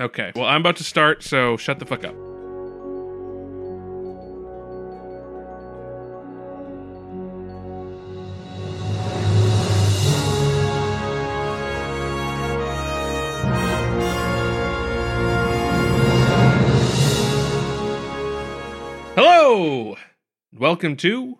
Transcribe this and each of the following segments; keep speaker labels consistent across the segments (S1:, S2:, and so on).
S1: Okay. Well, I'm about to start, so shut the fuck up. Hello. Welcome to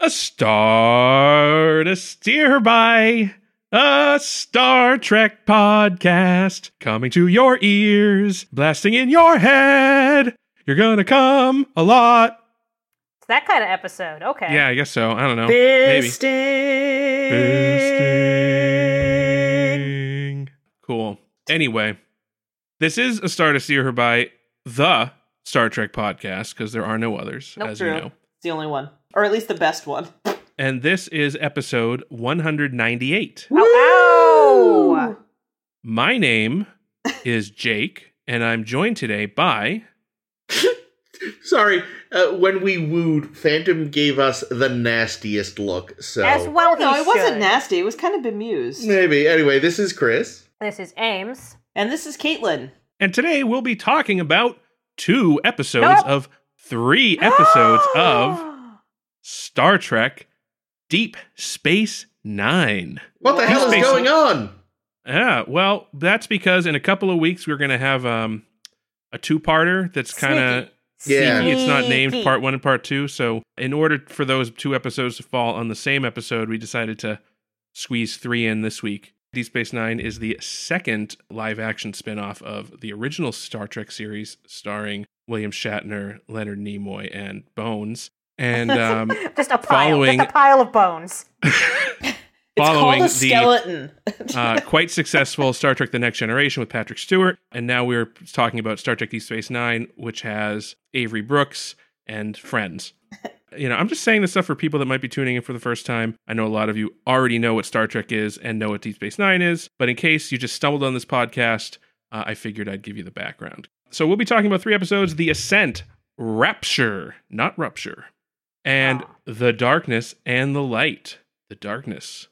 S1: a star to steer by. A Star Trek podcast coming to your ears, blasting in your head. You're gonna come a lot.
S2: It's that kind of episode. Okay.
S1: Yeah, I guess so. I don't know. Maybe. Fisting. Cool. Anyway, this is a Star to Steer Her by the Star Trek podcast because there are no others,
S3: Nope,
S1: as
S3: true.
S1: you know.
S3: It's the only one, or at least the best one.
S1: And this is episode 198.
S2: Ow, ow.
S1: My name is Jake, and I'm joined today by.
S4: Sorry, uh, when we wooed, Phantom gave us the nastiest look. So
S2: As well,
S3: No,
S2: he
S3: it wasn't
S2: should.
S3: nasty. It was kind of bemused.
S4: maybe. Anyway, this is Chris.
S2: This is Ames.
S3: And this is Caitlin.
S1: And today we'll be talking about two episodes
S2: Nope.
S1: of three episodes of Star Trek Deep Space Nine.
S4: What the hell is
S1: Space-
S4: going on?
S1: Yeah, well, that's because in a couple of weeks we're going to have um, a two parter that's kind of.
S4: Yeah.
S1: sneaky. It's not named
S2: Sneaky.
S1: part one and part two. So, in order for those two episodes to fall on the same episode, we decided to squeeze three in this week. Deep Space Nine is the second live action spin off of the original Star Trek series, starring William Shatner, Leonard Nimoy, and Bones. And um,
S2: Just a pile.
S1: Following-
S2: Just a pile of bones.
S3: It's
S1: following
S3: called a
S1: the
S3: skeleton.
S1: uh, quite successful Star Trek The Next Generation with Patrick Stewart. And now we're talking about Star Trek Deep Space Nine, which has Avery Brooks and friends. You know, I'm just saying this stuff for people that might be tuning in for the first time. I know a lot of you already know what Star Trek is and know what Deep Space Nine is, but in case you just stumbled on this podcast, uh, I figured I'd give you the background. So we'll be talking about three episodes The Ascent, Rapture, not Rupture, and
S2: Ah.
S1: The Darkness and the Light. The Darkness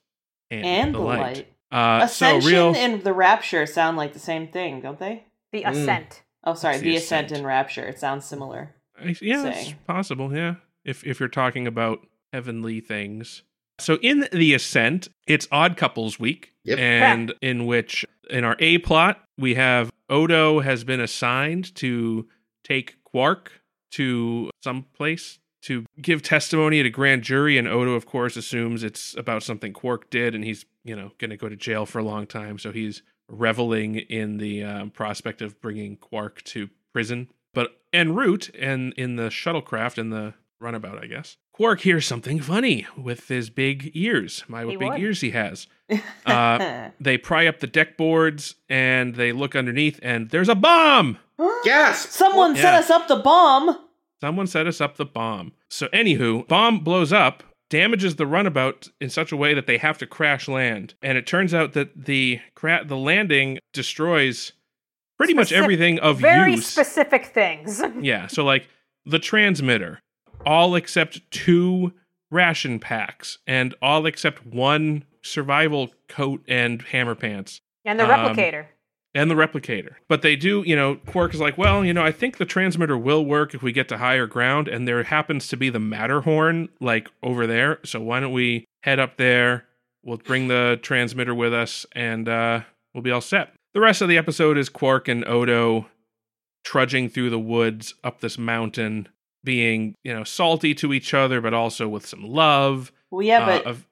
S1: and,
S3: and
S1: the,
S3: the
S1: light.
S3: light.
S1: Uh, so
S3: Ascension
S1: real.
S3: and the rapture sound like the same thing, don't they?
S2: The
S4: Mm.
S2: ascent.
S3: Oh, sorry.
S1: It's
S3: The,
S1: the
S3: ascent.
S1: ascent.
S3: and rapture. It sounds similar.
S1: yeah, it's
S3: saying.
S1: possible. Yeah, if if you're talking about heavenly things. So in the ascent, it's Odd Couples Week,
S4: Yep.
S1: and in which in our A plot we have Odo has been assigned to take Quark to some place to give testimony at a grand jury, and Odo, of course, assumes it's about something Quark did, and he's you know going to go to jail for a long time, so he's reveling in the um, prospect of bringing Quark to prison. But en route and in the shuttlecraft and the runabout, I guess, Quark hears something funny with his big ears. My
S2: He
S1: what big
S2: would.
S1: ears he has. Uh, They pry up the deck boards and they look underneath, and there's a bomb.
S4: Gasp!
S3: Someone set
S1: Yeah.
S3: us up the bomb.
S1: Someone set us up the bomb. So, anywho, bomb blows up, damages the runabout in such a way that they have to crash land. And it turns out that the cra- the landing destroys pretty much
S2: Specific-
S1: everything of
S2: Very
S1: use.
S2: specific things.
S1: yeah. So, like the transmitter, all except two ration packs, and all except one survival coat and hammer pants
S2: And the
S1: Um,
S2: replicator.
S1: and the replicator. But they do, you know, Quark is like, well, you know, I think the transmitter will work if we get to higher ground, and there happens to be the Matterhorn, like over there. So why don't we head up there? We'll bring the transmitter with us, and uh, we'll be all set. The rest of the episode is Quark and Odo trudging through the woods up this mountain, being, you know, salty to each other, but also with some love.
S3: Well, yeah,
S1: uh,
S3: but
S1: of-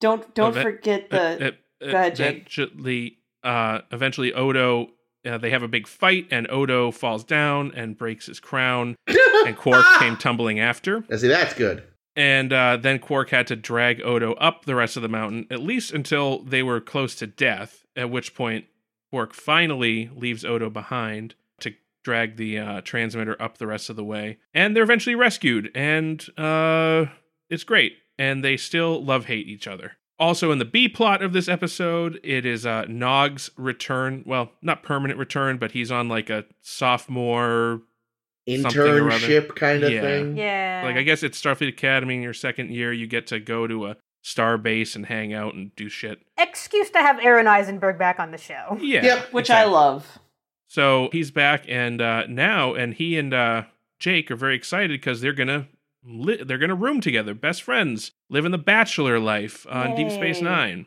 S3: don't don't
S1: event-
S3: forget the.
S1: e- e-
S3: go ahead, Jake.
S1: eventually, uh, eventually, Odo. Uh, they have a big fight, and Odo falls down and breaks his crown, and Quark came tumbling after.
S4: Now, see, that's good.
S1: And uh, then Quark had to drag Odo up the rest of the mountain, at least until they were close to death. At which point, Quark finally leaves Odo behind to drag the uh, transmitter up the rest of the way, and they're eventually rescued. And uh, it's great, and they still love hate each other. Also, in the B plot of this episode, it is uh, Nog's return. Well, not permanent return, but he's on like a sophomore Something or other.
S4: Internship kind of
S1: Yeah.
S4: thing.
S2: yeah.
S1: like I guess it's Starfleet Academy in your second year, you get to go to a star base and hang out and do shit.
S2: Excuse to have Aaron Eisenberg back on the show.
S1: Yeah.
S4: Yep,
S3: Oh, which I
S1: exactly.
S3: love.
S1: So he's back and uh, now, and he and uh, Jake are very excited because they're gonna li- they're gonna room together, best friends, living the bachelor life on Deep Space
S3: Yay.
S1: Nine.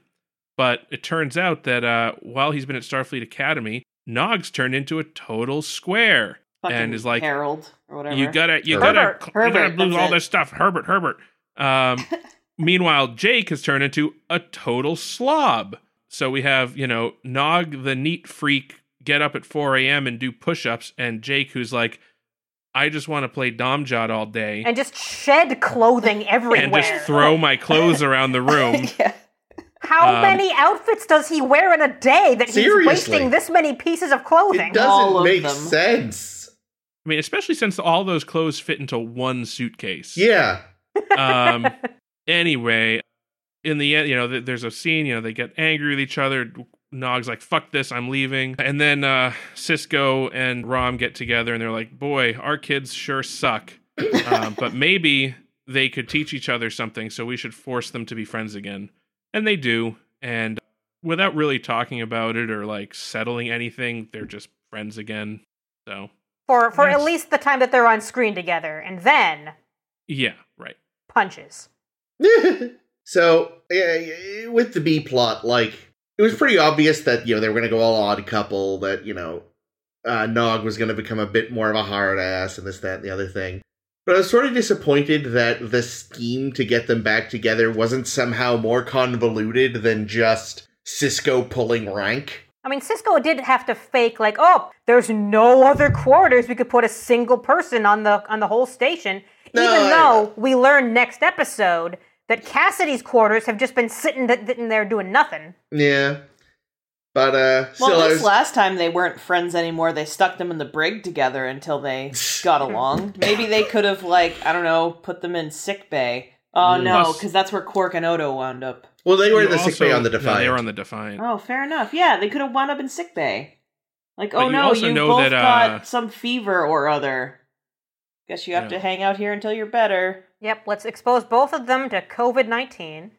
S1: But it turns out that uh, while he's been at Starfleet Academy, Nog's turned into a total square.
S3: Fucking
S1: And is like,
S3: Harold or whatever.
S1: You gotta, you
S2: Herbert.
S1: gotta, you
S3: Herbert,
S1: gotta lose
S3: that's
S1: all
S3: it.
S1: this stuff, Herbert, Herbert. Um, meanwhile, Jake has turned into a total slob. So we have, you know, Nog the neat freak get up at 4 a.m. and do push-ups, and Jake who's like, I just want to play Domjot all day
S2: and just shed clothing everywhere.
S1: and just throw my clothes around the room.
S3: yeah.
S2: How
S1: um,
S2: many outfits does he wear in a day that
S4: Seriously.
S2: he's wasting this many pieces of clothing?
S4: It
S3: All
S4: doesn't
S3: of
S4: make
S3: them.
S4: sense.
S1: I mean, especially since all those clothes fit into one suitcase.
S4: Yeah.
S1: um anyway in the end you know th- there's a scene you know they get angry with each other nog's like fuck this i'm leaving and then uh cisco and rom get together and they're like boy our kids sure suck um, but maybe they could teach each other something so we should force them to be friends again and they do and without really talking about it or like settling anything they're just friends again so
S2: for for at
S1: That's-
S2: least the time that they're on screen together, and then
S1: yeah right
S2: punches.
S4: so yeah, yeah, with the B plot, like it was pretty obvious that you know they were going to go all odd couple. That you know uh, Nog was going to become a bit more of a hard ass and this, that, and the other thing. But I was sort of disappointed that the scheme to get them back together wasn't somehow more convoluted than just Cisco pulling rank.
S2: I mean, Cisco did have to fake like, oh, there's no other quarters we could put a single person on the on the whole station.
S4: No,
S2: even
S4: I-
S2: though we learn next episode that Cassidy's quarters have just been sitting, th- sitting there doing nothing.
S4: Yeah, but uh, still,
S3: Well,
S4: I
S3: at least
S4: was,
S3: last time they weren't friends anymore. They stuck them in the brig together until they got along. Maybe they could have, like, I don't know, put them in sick bay. Oh no,
S1: Plus-
S3: because that's where Quark and Odo wound up.
S4: well, they were in
S1: You
S4: the sick
S1: also-
S4: bay on the
S1: no,
S4: Defiant.
S1: they were on the defiant
S3: Oh, fair enough. Yeah, they could have wound up in sick bay. Like,
S1: But
S3: oh
S1: you
S3: no,
S1: also
S3: you
S1: know
S3: both
S1: that, uh,
S3: got some fever or other. Guess you have
S1: Yeah.
S3: to hang out here until you're better.
S2: Yep, let's expose both of them to COVID nineteen.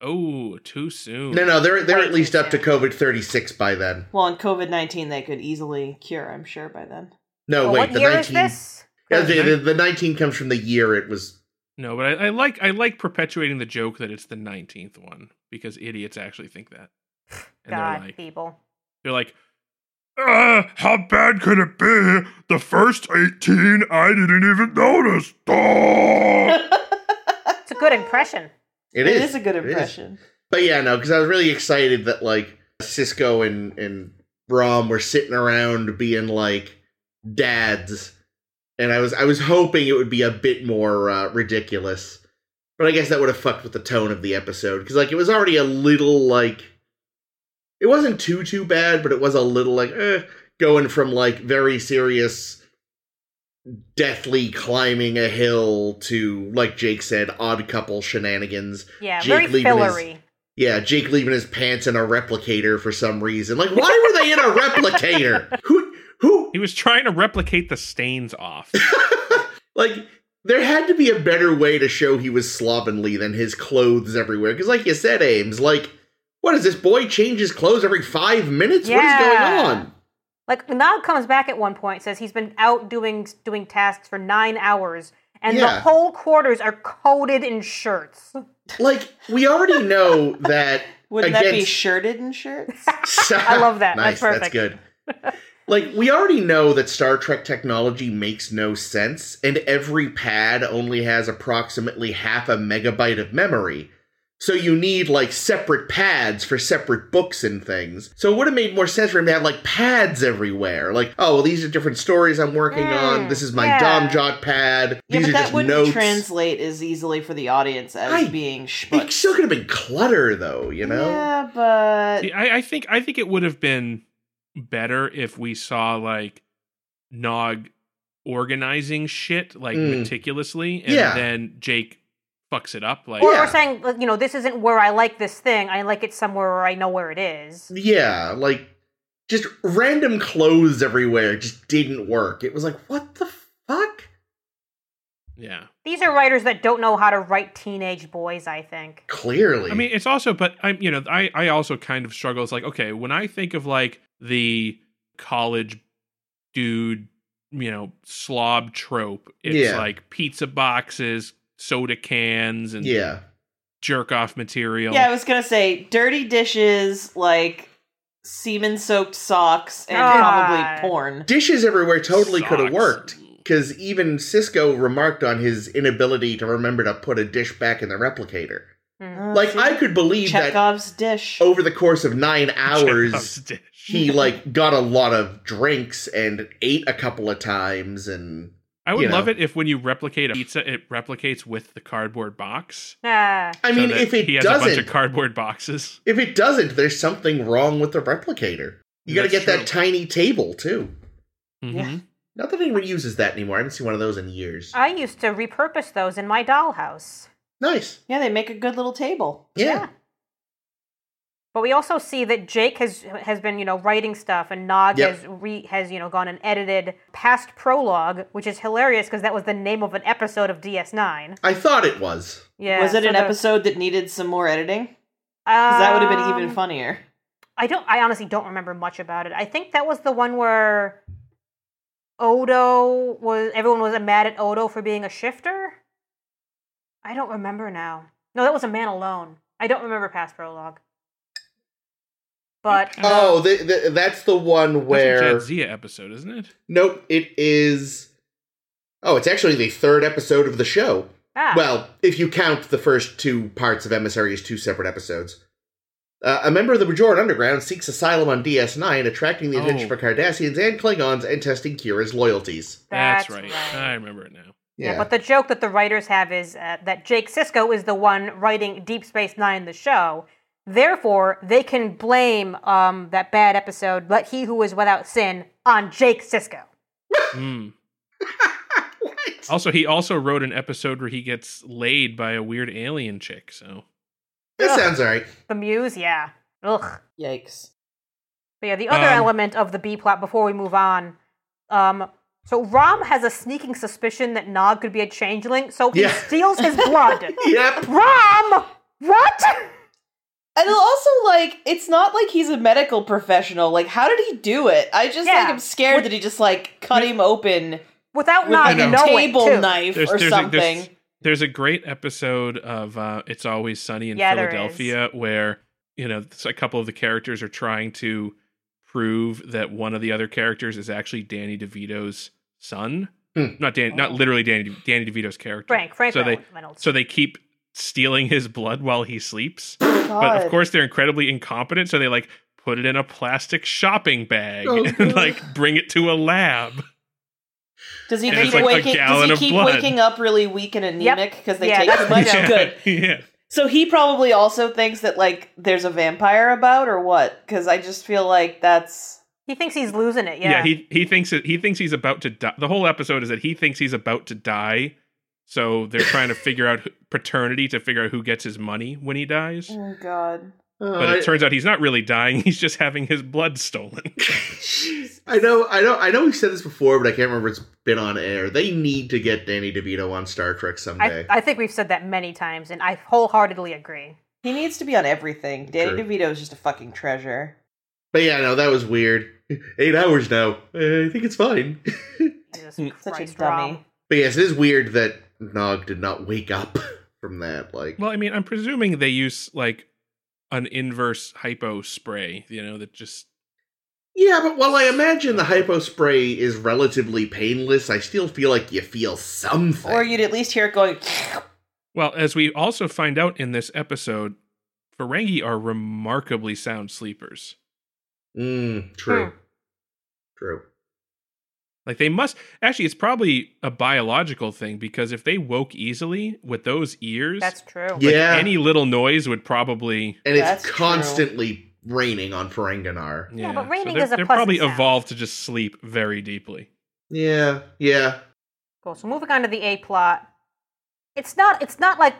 S1: oh too soon
S4: no, no, they're they're
S2: Way
S4: at least
S2: too
S4: up to
S2: soon.
S4: COVID thirty six by then.
S3: Well, in COVID nineteen, they could easily cure. I'm sure by then.
S4: No, Oh, wait,
S2: what
S4: the
S2: year
S4: 19-
S2: is this?
S4: Yeah, the, the, the 19 comes from the year it was.
S1: No, but I, I like I like perpetuating the joke that it's the nineteenth one because idiots actually think that, and
S2: God,
S1: they're like
S2: people.
S1: they're like, uh, how bad could it be? The first eighteen I didn't even notice. Ah!
S2: It's a good impression.
S4: it is.
S3: is. a good
S4: It is.
S3: impression.
S4: But yeah, no, because I was really excited that like Cisco and and Brom were sitting around being like dads, and I was I was hoping it would be a bit more uh, ridiculous, but I guess that would have fucked with the tone of the episode because like it was already a little like it wasn't too too bad, but it was a little like eh, going from like very serious deathly climbing a hill to like Jake said odd couple shenanigans
S2: Yeah,
S4: Jake
S2: very
S4: Liebman
S2: fillery.
S4: yeah, Jake leaving his pants in a replicator for some reason. Like, why were they in a replicator? Who, who?
S1: he was trying to replicate the stains off.
S4: Like, there had to be a better way to show he was slovenly than his clothes everywhere. Because, like you said, Ames, like, what is this boy changes clothes every five minutes?
S2: Yeah.
S4: What is going on?
S2: Like Nog comes back at one point, says he's been out doing doing tasks for nine hours, and the
S4: Yeah.
S2: whole quarters are coated in shirts.
S4: Like, we already know that.
S3: Wouldn't that be
S4: Against-
S3: shirted in shirts?
S2: I love that.
S4: nice,
S2: That's perfect.
S4: that's good. Like, we already know that Star Trek technology makes no sense, and every pad only has approximately half a megabyte of memory. So you need, like, separate pads for separate books and things. So it would have made more sense for him to have, like, pads everywhere. Like, oh, well, these are different stories I'm working on.
S2: Mm,
S4: This is my
S2: yeah.
S4: Dom Jot pad.
S3: yeah,
S4: these
S3: but
S4: are
S3: that
S4: just
S3: wouldn't
S4: notes.
S3: translate as easily for the audience as
S4: I-
S3: being
S4: it
S3: schmutz.
S4: still could have been clutter, though, you know?
S3: Yeah, but
S1: See, I, I think I think it would have been better if we saw like Nog organizing shit like
S4: Mm.
S1: meticulously, and
S4: Yeah.
S1: then Jake fucks it up like.
S2: Or
S4: Yeah.
S2: we're saying, like, you know, this isn't where I like this thing. I like it somewhere where I know where it is.
S4: yeah, like just random clothes everywhere just didn't work. It was like, what the fuck?
S1: Yeah.
S2: These are writers that don't know how to write teenage boys. I think.
S4: Clearly.
S1: I mean, it's also, but I'm, you know, I, I also kind of struggle. It's like, okay, when I think of like the college dude, you know, slob trope. It's
S4: Yeah.
S1: like pizza boxes, soda cans, and
S4: Yeah.
S1: jerk off material.
S3: Yeah, I was gonna say dirty dishes, like semen soaked socks, and
S2: God.
S3: probably porn.
S4: Dishes everywhere totally could have
S1: Socks.
S4: worked. Because even Cisco remarked on his inability to remember to put a dish back in the replicator.
S2: Mhm.
S3: Uh,
S4: Like,
S3: see?
S4: I could believe that
S3: Chekhov's dish.
S4: over the course of nine
S1: Chekhov's
S4: hours,
S1: dish.
S4: he, like, got a lot of drinks and ate a couple of times and.
S1: I would
S4: you know.
S1: love it if when you replicate a pizza, it replicates with the cardboard box.
S2: Ah.
S4: I
S1: so
S4: mean,
S1: that
S4: if it
S1: he has a bunch
S4: doesn't,
S1: of cardboard boxes.
S4: if it doesn't, there's something wrong with the replicator. You got to
S1: That's
S4: get that tiny table too.
S1: Mhm.
S4: Not that anyone uses that anymore. I haven't seen one of those in years.
S2: I used to repurpose those in my dollhouse.
S4: nice.
S3: Yeah, they make a good little table.
S4: Yeah.
S2: Yeah. But we also see that Jake has has been, you know, writing stuff, and Nog
S4: Yep.
S2: has re, has you know gone and edited past prologue, which is hilarious because that was the name of an episode of DS9.
S4: I thought it was.
S2: Yeah,
S3: was it
S2: so
S3: an
S2: the-
S3: episode that needed some more editing? Because that would have been even
S2: Um,
S3: funnier.
S2: I don't. I honestly don't remember much about it. I think that was the one where Odo was. Everyone was mad at Odo for being a shifter. I don't remember now. No, that was a man alone. I don't remember past prologue. But
S4: Oh, th th that's the one where.
S1: That's a Jadzia episode, isn't it?
S4: Nope, it is. Oh, it's actually the third episode of the show.
S2: ah,
S4: Well, if you count the first two parts of Emissary as two separate episodes. Uh, a member of the Bajoran Underground seeks asylum on DS9, attracting the attention
S1: Oh.
S4: for Cardassians and Klingons and testing Kira's loyalties.
S1: That's, right. I remember it now.
S2: Yeah, but the joke that the writers have is uh, that Jake Sisko is the one writing Deep Space Nine, the show. Therefore, they can blame um, that bad episode, Let He Who Is Without Sin, on Jake Sisko.
S1: Mm.
S4: what?
S1: Also, he also wrote an episode where he gets laid by a weird alien chick. So
S4: That sounds alright.
S2: The Muse, yeah. Ugh.
S3: Yikes.
S2: But yeah, the other
S1: Um,
S2: element of the B plot before we move on. Um, so Rom has a sneaking suspicion that Nog could be a changeling, so he
S4: Yeah.
S2: steals his blood.
S4: Yep.
S2: Rom! What?
S3: And also, like, it's not like he's a medical professional. Like, how did he do it? I just
S2: Yeah.
S3: like am scared that he just like cut him open
S2: Without
S3: with
S2: Nog
S3: like a
S1: know.
S2: knowing.
S3: table
S2: too.
S3: knife or something.
S1: A, there's, there's a great episode of uh, It's Always Sunny in
S2: Yeah, there
S1: Philadelphia where, you know, s- a couple of the characters are trying to prove that one of the other characters is actually Danny DeVito's son.
S4: Hmm.
S1: Not Dan, not
S3: Oh.
S1: literally Danny, De- Danny DeVito's character.
S2: Frank, Frank
S1: So they-
S2: Reynolds.
S1: So they keep stealing his blood while he sleeps. But
S3: God.
S1: of course, they're incredibly incompetent. So they like put it in a plastic shopping bag
S4: Oh,
S1: and
S4: God.
S1: like bring it to a lab.
S3: does he
S1: and it's
S3: keep
S1: like a
S3: waking? Does
S1: gallon
S3: he
S1: of
S3: keep
S1: blood.
S3: waking up really weak and
S2: Yep.
S3: anemic because they
S2: Yeah,
S3: take
S2: that's
S3: too much?
S1: yeah.
S3: Good.
S1: Yeah.
S3: So he probably also thinks that like there's a vampire about or what? Because I just feel like that's
S2: he thinks he's losing it,
S1: Yeah.
S2: yeah.
S1: he he thinks that he thinks he's about to die. The whole episode is that he thinks he's about to die. So they're trying to figure out who- paternity to figure out who gets his money when he dies.
S3: oh god.
S1: But it turns out he's not really dying. He's just having his blood stolen.
S4: I know, I know, I know. We've said this before, but I can't remember. if It's been on air. They need to get Danny DeVito on Star Trek
S2: I,
S4: someday.
S2: I think we've said that many times, and I wholeheartedly agree.
S3: He needs to be on everything. Danny
S4: True.
S3: DeVito is just a fucking treasure.
S4: but yeah, no, that was weird. Eight hours now. Uh, I think it's fine.
S1: Such
S2: Jesus Christ,
S3: Mm. Such a
S2: Rom.
S3: dummy.
S4: But yes, it is weird that Nog did not wake up from that. Like,
S1: well, I mean, I'm presuming they use like an inverse hypo spray. You know that just
S4: yeah, but while I imagine the hypo spray is relatively painless, I still feel like you feel something.
S3: Or you'd at least hear it going.
S1: Well, as we also find out in this episode, Ferengi are remarkably sound sleepers.
S4: Mm, true.
S2: Hmm.
S4: True.
S1: Like they must actually it's probably a biological thing because if they woke easily with those ears,
S2: That's true.
S4: yeah,
S1: any little noise would probably
S4: and it's
S3: That's true.
S4: constantly raining on Ferenginar.
S1: yeah,
S2: but raining
S1: they're,
S2: is a
S1: they're
S2: pleasant
S1: probably
S2: sound.
S1: evolved to just sleep very deeply.
S4: Yeah, yeah.
S2: Cool. So moving on to the A plot. It's not it's not like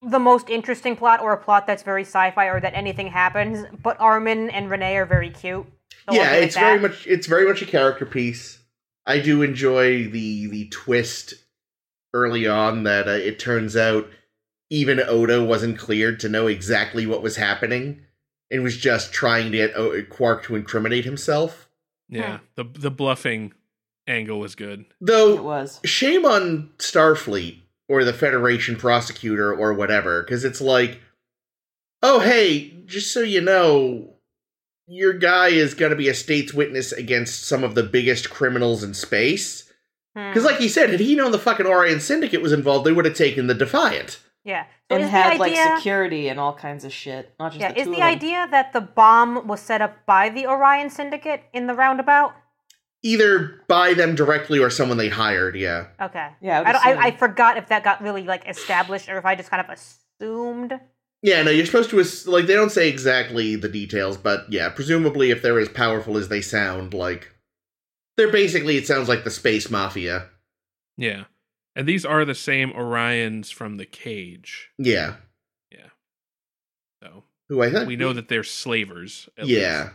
S2: the most interesting plot or a plot that's very sci-fi or that anything happens, but Armin and Renee are very cute. So I'll
S4: yeah,
S2: give it
S4: it's very
S2: that.
S4: much it's very much a character piece. I do enjoy the the twist early on that uh, it turns out even Oda wasn't cleared to know uh, exactly what was happening and was just trying to get o- Quark to incriminate himself.
S1: Yeah,
S2: Hmm.
S1: the the bluffing angle was good.
S3: It
S4: Though
S3: was.
S4: shame on Starfleet or the Federation prosecutor or whatever, because it's like, oh hey, just so you know, your guy is going to be a state's witness against some of the biggest criminals in space.
S2: Hmm.
S4: Because, like he said, had he known the fucking Orion Syndicate was involved, they would have taken the Defiant.
S2: yeah. So
S3: And
S2: is
S3: had
S2: the idea,
S3: like security and all kinds of shit. Not just
S2: yeah,
S3: the
S2: is
S3: two
S2: the
S3: of them.
S2: idea that the bomb was set up by the Orion Syndicate in the roundabout?
S4: Either by them directly or someone they hired, yeah.
S2: Okay.
S3: Yeah, I would
S2: I, don't,
S3: assume.
S2: I, I forgot if that got really like established or if I just kind of assumed. Oh,
S4: Yeah, no, you're supposed to ass- like they don't say exactly the details, but yeah, presumably if they're as powerful as they sound, like they're basically it sounds like the space mafia.
S1: Yeah, and these are the same Orions from the cage,
S4: Yeah,
S1: so
S4: who I think
S1: we know that they're slavers. at
S4: Yeah,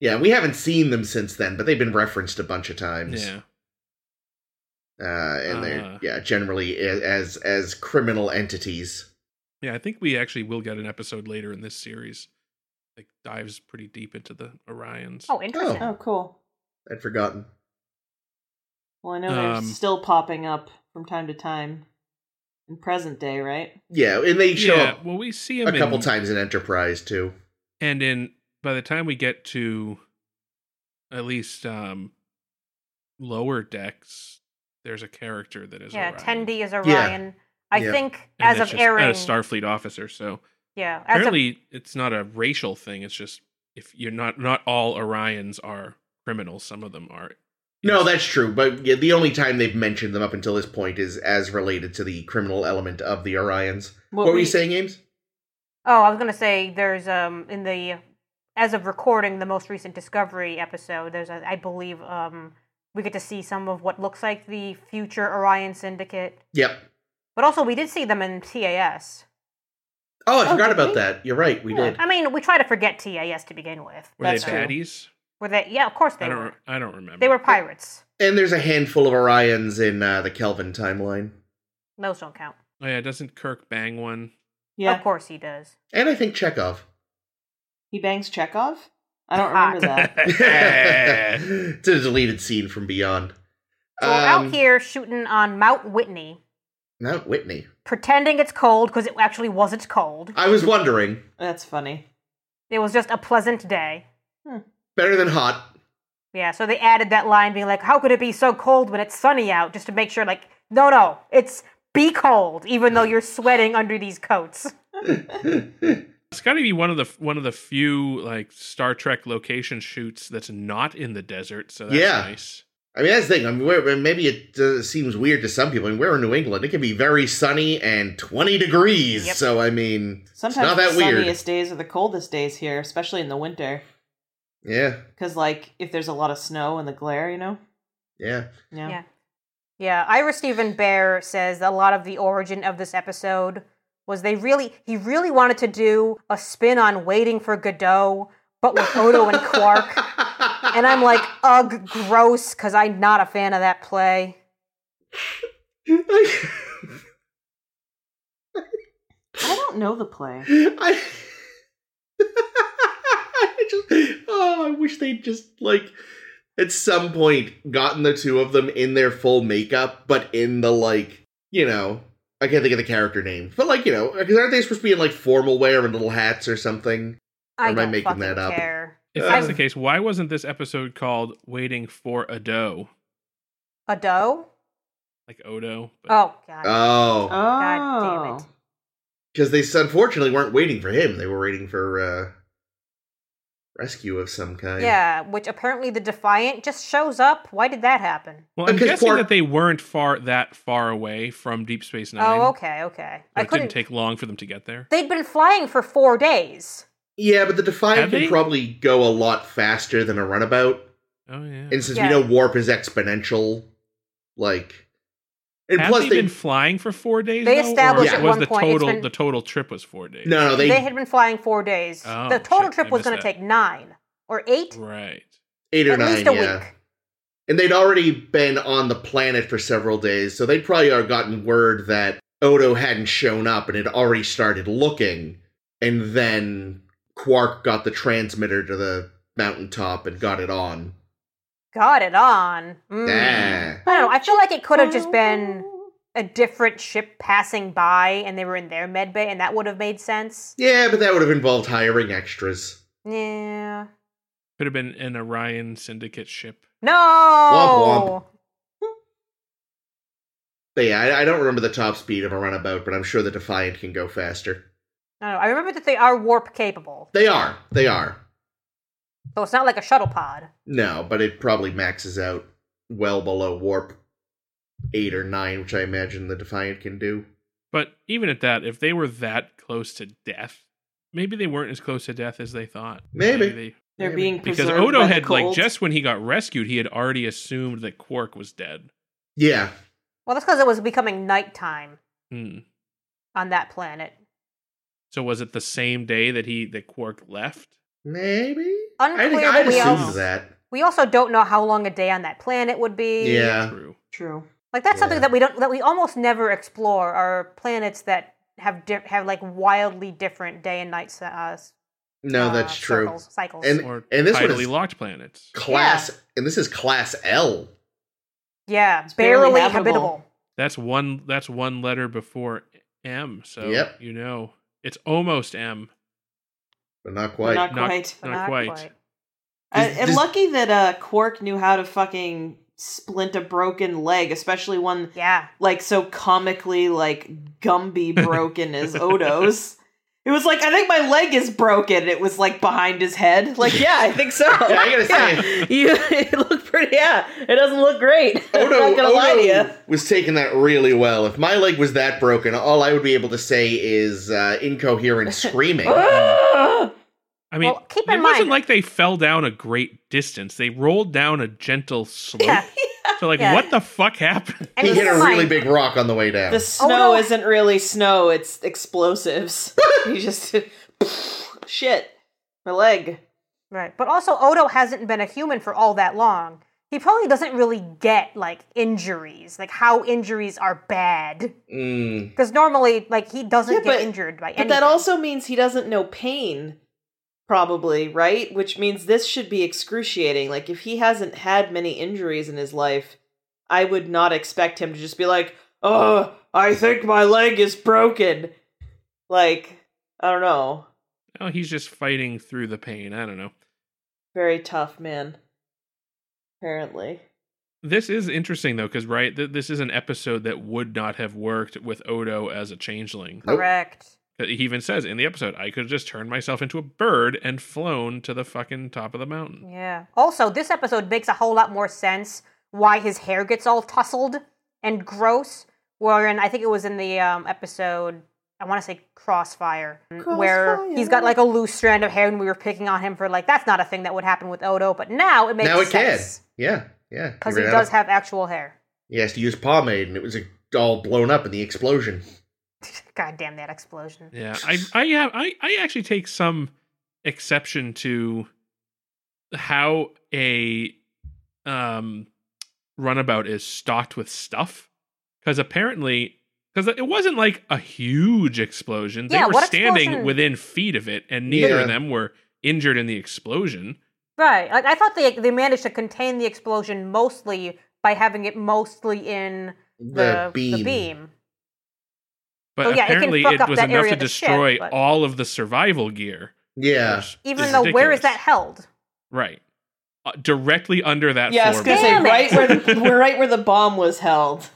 S4: yeah, we haven't seen them since then, but they've been referenced a bunch of times.
S1: least. yeah,
S4: uh, and
S1: Uh.
S4: they're yeah generally a- as as criminal entities.
S1: yeah. I think we actually will get an episode later in this series. Like dives pretty deep into the Orions.
S2: Oh, interesting.
S4: Oh.
S3: Oh, cool.
S4: I'd forgotten.
S3: Well, I know they're
S1: Um,
S3: still popping up from time to time in present day, right?
S4: Yeah, and they show
S1: yeah.
S4: up
S1: Well, we see him
S4: a couple
S1: in-
S4: times in Enterprise too.
S1: and in by the time we get to at least um lower decks there's a character that is
S2: yeah,
S1: Orion.
S2: Tendy is Orion. I
S4: Yeah.
S2: think
S1: And
S2: as
S1: that's
S2: of
S1: just
S2: airing,
S1: a starfleet officer so
S2: yeah, as of,
S1: apparently it's not a racial thing it's just if you're not not all orions are criminals some of them are
S4: No, that's true. But yeah, the only time they've mentioned them up until this point is as related to the criminal element of the Orions. What, were
S3: we-
S4: you saying, Ames?
S2: oh, I was gonna say there's um in the as of recording the most recent Discovery episode, there's a, I believe um we get to see some of what looks like the future Orion Syndicate,
S4: Yep.
S2: but also we did see them in TAS.
S4: Oh, I
S3: Oh,
S4: forgot
S3: did
S4: about
S3: we?
S4: that. You're right. We
S3: Yeah.
S4: did.
S2: I mean, we try to forget TAS to begin with.
S1: were they
S3: That's true.
S1: baddies
S2: Were they? Yeah, of course
S1: i
S2: they
S1: don't
S2: were.
S1: re- i don't remember
S2: They were pirates.
S4: And there's a handful of Orions in uh, the Kelvin timeline.
S2: Those don't count.
S1: oh yeah doesn't kirk bang one
S3: Yeah,
S2: Of course he does.
S4: And I think Chekhov.
S3: he bangs Chekhov. I don't
S2: Ah.
S3: remember that.
S1: yeah
S4: it's a deleted scene from Beyond.
S2: So we're
S4: Um,
S2: out here shooting on Mount Whitney,
S4: Mount Whitney.
S2: pretending it's cold because it actually wasn't cold.
S4: I was wondering.
S3: That's funny.
S2: It was just a pleasant day.
S4: Better than hot.
S2: Yeah, so they added that line being like, how could it be so cold when it's sunny out? Just to make sure, like, no, no, it's be cold, even though you're sweating under these coats.
S1: It's got to be one of the one of the few like Star Trek location shoots that's not in the desert, so that's
S4: Yeah.
S1: nice.
S4: I mean, that's the thing. I mean, we're, maybe it uh, seems weird to some people. I mean, we're in New England. It can be very sunny and 20 degrees.
S2: Yep.
S4: So, I mean,
S3: Sometimes
S4: not that
S3: the
S4: weird.
S3: sunniest days are the coldest days here, especially in the winter.
S4: yeah,
S3: Because, like, if there's a lot of snow and the glare, you know?
S4: yeah.
S3: Yeah.
S2: Yeah. Yeah, Ira Stephen Bear says a lot of the origin of this episode was they really he really wanted to do a spin on waiting for Godot, but with Odo and Quark. And I'm like, ugh, gross, because I'm not a fan of that play.
S4: I,
S3: I don't know the play.
S4: I, I just, oh, I wish they'd just like at some point gotten the two of them in their full makeup, but in the like, you know, I can't think of the character name, but like, you know, because aren't they supposed to be in like formal wear and little hats or something? Or
S2: I
S4: am I
S2: don't
S4: making
S2: fucking
S4: that up?
S2: care.
S1: If
S4: Uh,
S2: Um,
S1: that's the case, why wasn't this episode called "Waiting for a Doe"?
S2: A doe?
S1: Like Odo. But
S2: Oh god.
S3: Oh.
S4: Oh,
S2: God damn it.
S4: because they s- unfortunately weren't waiting for him; they were waiting for uh rescue of some kind.
S2: yeah, which apparently the Defiant just shows up. Why did that happen?
S1: well, I'm
S4: because
S1: guessing
S4: Quark-
S1: that they weren't far that far away from Deep Space Nine.
S2: Oh, okay, okay.
S1: but
S2: I
S1: it didn't
S2: couldn't.
S1: take long for them to get there.
S2: They'd been flying for four days.
S4: Yeah, but the Defiant
S1: Have
S4: can
S1: they?
S4: probably go a lot faster than a runabout.
S1: Oh yeah.
S4: And since
S2: Yeah.
S4: we know warp is exponential, like and
S1: Have
S4: plus
S1: they
S4: they
S1: been flying for four days?
S2: They
S1: though,
S2: established
S1: or
S4: at
S1: was
S2: one
S1: the
S2: point it's
S1: total
S2: been-
S1: the total trip was four days.
S4: No, no,
S2: They,
S4: they,
S2: had been flying four days.
S1: Oh,
S2: the total
S1: shit,
S2: trip
S1: I
S2: was
S1: missed
S2: going to
S1: that.
S2: take nine or eight,
S1: Right.
S4: eight or
S2: at
S4: nine,
S2: least a
S4: yeah.
S2: week.
S4: And they'd already been on the planet for several days, so they'd probably have gotten word that Odo hadn't shown up and had already started looking, and then Quark got the transmitter to the mountaintop and got it on.
S2: got it on. Mm.
S4: Nah.
S2: I don't know. I feel like it could have just been a different ship passing by and they were in their med bay and that would have made sense.
S4: Yeah, but that would have involved hiring extras.
S2: Yeah.
S1: Could have been an Orion Syndicate ship.
S2: No.
S4: Womp But yeah, I, I don't remember the top speed of a runabout, but I'm sure the Defiant can go faster.
S2: I don't know. I remember that they are warp capable.
S4: They are. They are.
S2: So it's not like a shuttle pod.
S4: No, but it probably maxes out well below warp eight or nine, which I imagine the Defiant can do.
S1: But even at that, if they were that close to death, maybe they weren't as close to death as they thought.
S4: Maybe.
S1: they,
S3: They're
S4: Yeah,
S3: being
S1: because
S3: preserved
S1: Odo
S3: by the
S1: had like
S3: cold.
S1: just when he got rescued, he had already assumed that Quark was dead.
S4: Yeah.
S2: Well, that's because it was becoming nighttime
S1: Hmm.
S2: on that planet.
S1: So was it the same day that he that Quark left?
S4: Maybe? I
S2: Unclear.
S4: think
S2: but
S4: I'd
S2: we,
S4: assumed
S2: also,
S4: that.
S2: we also don't know how long a day on that planet would be.
S4: Yeah.
S1: True.
S3: true.
S2: Like that's something
S4: Yeah.
S2: that we don't that we almost never explore are planets that have di- have like wildly different day and night uh, s-
S4: No,
S3: Ah,
S2: uh,
S4: that's true.
S2: circles, cycles.
S4: And-
S1: Or
S4: and this one
S1: tidally
S4: is-
S1: locked planets.
S4: Class, and this is Class L.
S2: yeah,
S3: barely
S2: barely,
S3: habitable.
S2: habitable.
S1: That's one. That's one letter before M. So
S4: Yep.
S1: you know it's almost M.
S4: But not quite.
S3: Not quite.
S1: Not, quite.
S3: I,
S4: Does-
S3: and
S4: does-
S3: lucky that uh, Quark knew how to fucking splint a broken leg, especially one
S2: Yeah.
S3: like so comically like Gumby broken as Odo's. It was like I think my leg is broken. It was like behind his head. Like yeah, I think so.
S4: Yeah, I gotta say-
S3: Yeah. you it looked pretty. Yeah, it doesn't look great. I'm
S4: Odo,
S3: not gonna lie to you.
S4: Odo was taking that really well. If my leg was that broken, all I would be able to say is uh, incoherent screaming.
S3: Ah!
S1: I mean,
S2: Well, keep
S1: it
S2: in
S1: wasn't
S2: mind-
S1: like they fell down a great distance. They rolled down a gentle slope.
S2: Yeah.
S1: So like,
S2: Yeah.
S1: what the fuck happened?
S2: And
S4: he
S2: keep
S4: hit
S2: in
S4: a really
S2: mind-
S4: big rock on the way down.
S3: The snow
S2: Odo-
S3: isn't really snow; it's explosives. you just shit. My leg.
S2: Right. But also Odo hasn't been a human for all that long. He probably doesn't really get like injuries, like how injuries are bad.
S4: Mm.
S2: Because normally, like he doesn't
S3: Yeah,
S2: get
S3: but-
S2: injured by
S3: But
S2: anything.
S3: that also means he doesn't know pain, probably, right? Which means this should be excruciating. Like, if he hasn't had many injuries in his life, I would not expect him to just be like, oh, I think my leg is broken. Like, I don't know.
S1: Oh, he's just fighting through the pain. I don't know.
S3: Very tough man. Apparently.
S1: This is interesting though, because right, th- this is an episode that would not have worked with Odo as a changeling. Uh,
S4: Nope.
S2: correct.
S1: He even says in the episode, "I could have just turned myself into a bird and flown to the fucking top of the mountain."
S2: Yeah. Also, this episode makes a whole lot more sense why his hair gets all tousled and gross. Wherein I think it was in the um, episode I want to say Crossfire, where
S3: Crossfire.
S2: he's got like a loose strand of hair, and we were picking on him for like that's not a thing that would happen with Odo, but now it makes
S4: Now it can.
S2: sense
S4: Yeah, yeah.
S2: because he
S4: ran out
S2: does
S4: of-
S2: have actual hair.
S4: he has to use pomade, and it was uh, all blown up in the explosion.
S2: God damn that explosion!
S1: Yeah, I I have I, I actually take some exception to how a um runabout is stocked with stuff because apparently because it wasn't like a huge explosion. They
S2: Yeah,
S1: were
S2: what
S1: standing
S2: explosion?
S1: within feet of it, and neither
S4: Yeah.
S1: of them were injured in the explosion.
S2: Right. Like I thought they they managed to contain the explosion mostly by having it mostly in the, the beam.
S1: But
S2: Oh, yeah, it can
S1: apparently,
S2: fuck
S1: it,
S2: up
S1: was
S2: that
S1: enough
S2: area
S1: to
S2: of the ship,
S1: destroy
S2: but-
S1: all of the survival gear.
S4: Yeah,
S1: which
S2: Even
S1: is
S2: though, where is
S1: ridiculous.
S2: that held?
S1: Right, uh, directly under that.
S3: Yeah, I was gonna
S1: floorboard.
S3: say
S2: Damn it.
S3: right where the we're right where the bomb was held.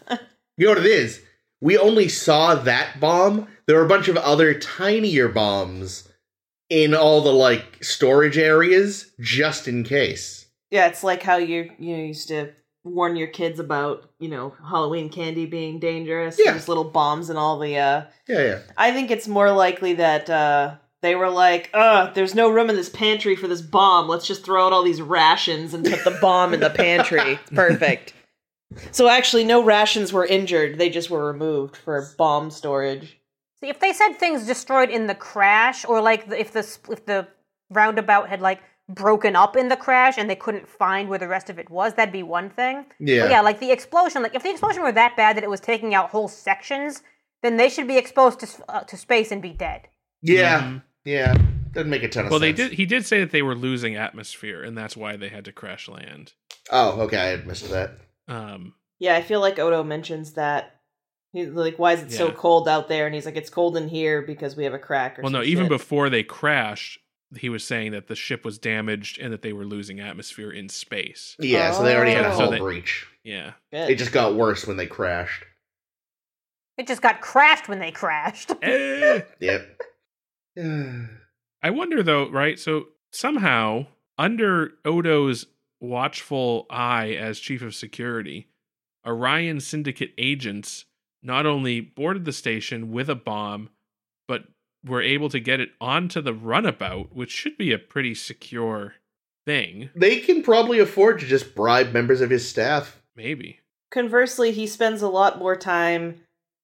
S4: you know what it is. We only saw that bomb. There were a bunch of other tinier bombs in all the like storage areas, just in case.
S3: Yeah, it's like how you you know, used to warn your kids about you know Halloween candy being dangerous.
S4: Yeah.
S3: There's little bombs and all the. uh
S4: Yeah, yeah.
S3: I think it's more likely that uh they were like, "Uh, there's no room in this pantry for this bomb. Let's just throw out all these rations and put the bomb in the pantry. Perfect." So actually, no rations were injured. They just were removed for bomb storage.
S2: See, if they said things destroyed in the crash, or like the, if the sp- if the roundabout had like broken up in the crash and they couldn't find where the rest of it was, that'd be one thing.
S4: Yeah.
S2: But yeah, like the explosion. Like if the explosion were that bad that it was taking out whole sections, then they should be exposed to s- uh, to space and be dead.
S4: Yeah,
S1: Mhm.
S4: Mm-hmm. yeah. Doesn't make a ton of
S1: Well,
S4: sense.
S1: they did. He did say that they were losing atmosphere, and that's why they had to crash land.
S4: Oh, okay, I had missed that.
S1: Um,
S3: Yeah, I feel like Odo mentions that. He's like, why is it so
S1: Yeah.
S3: cold out there? And he's like, it's cold in here because we have a crack or
S1: well, no,
S3: some
S1: even
S3: shit.
S1: before they crashed, he was saying that the ship was damaged and that they were losing atmosphere in space.
S4: Yeah, so they already had a
S1: Oh.
S4: hull
S1: So they-
S4: breach.
S1: Yeah.
S3: Shit.
S4: It just got worse when they crashed.
S2: It just got crashed when they crashed.
S1: Eh.
S4: Yep. yeah.
S1: I wonder though, right? So somehow under Odo's watchful eye as chief of security, Orion syndicate agents not only boarded the station with a bomb, but were able to get it onto the runabout, which should be a pretty secure thing,
S4: They can probably afford to just bribe members of his staff.
S1: maybe.
S3: Conversely, he spends a lot more time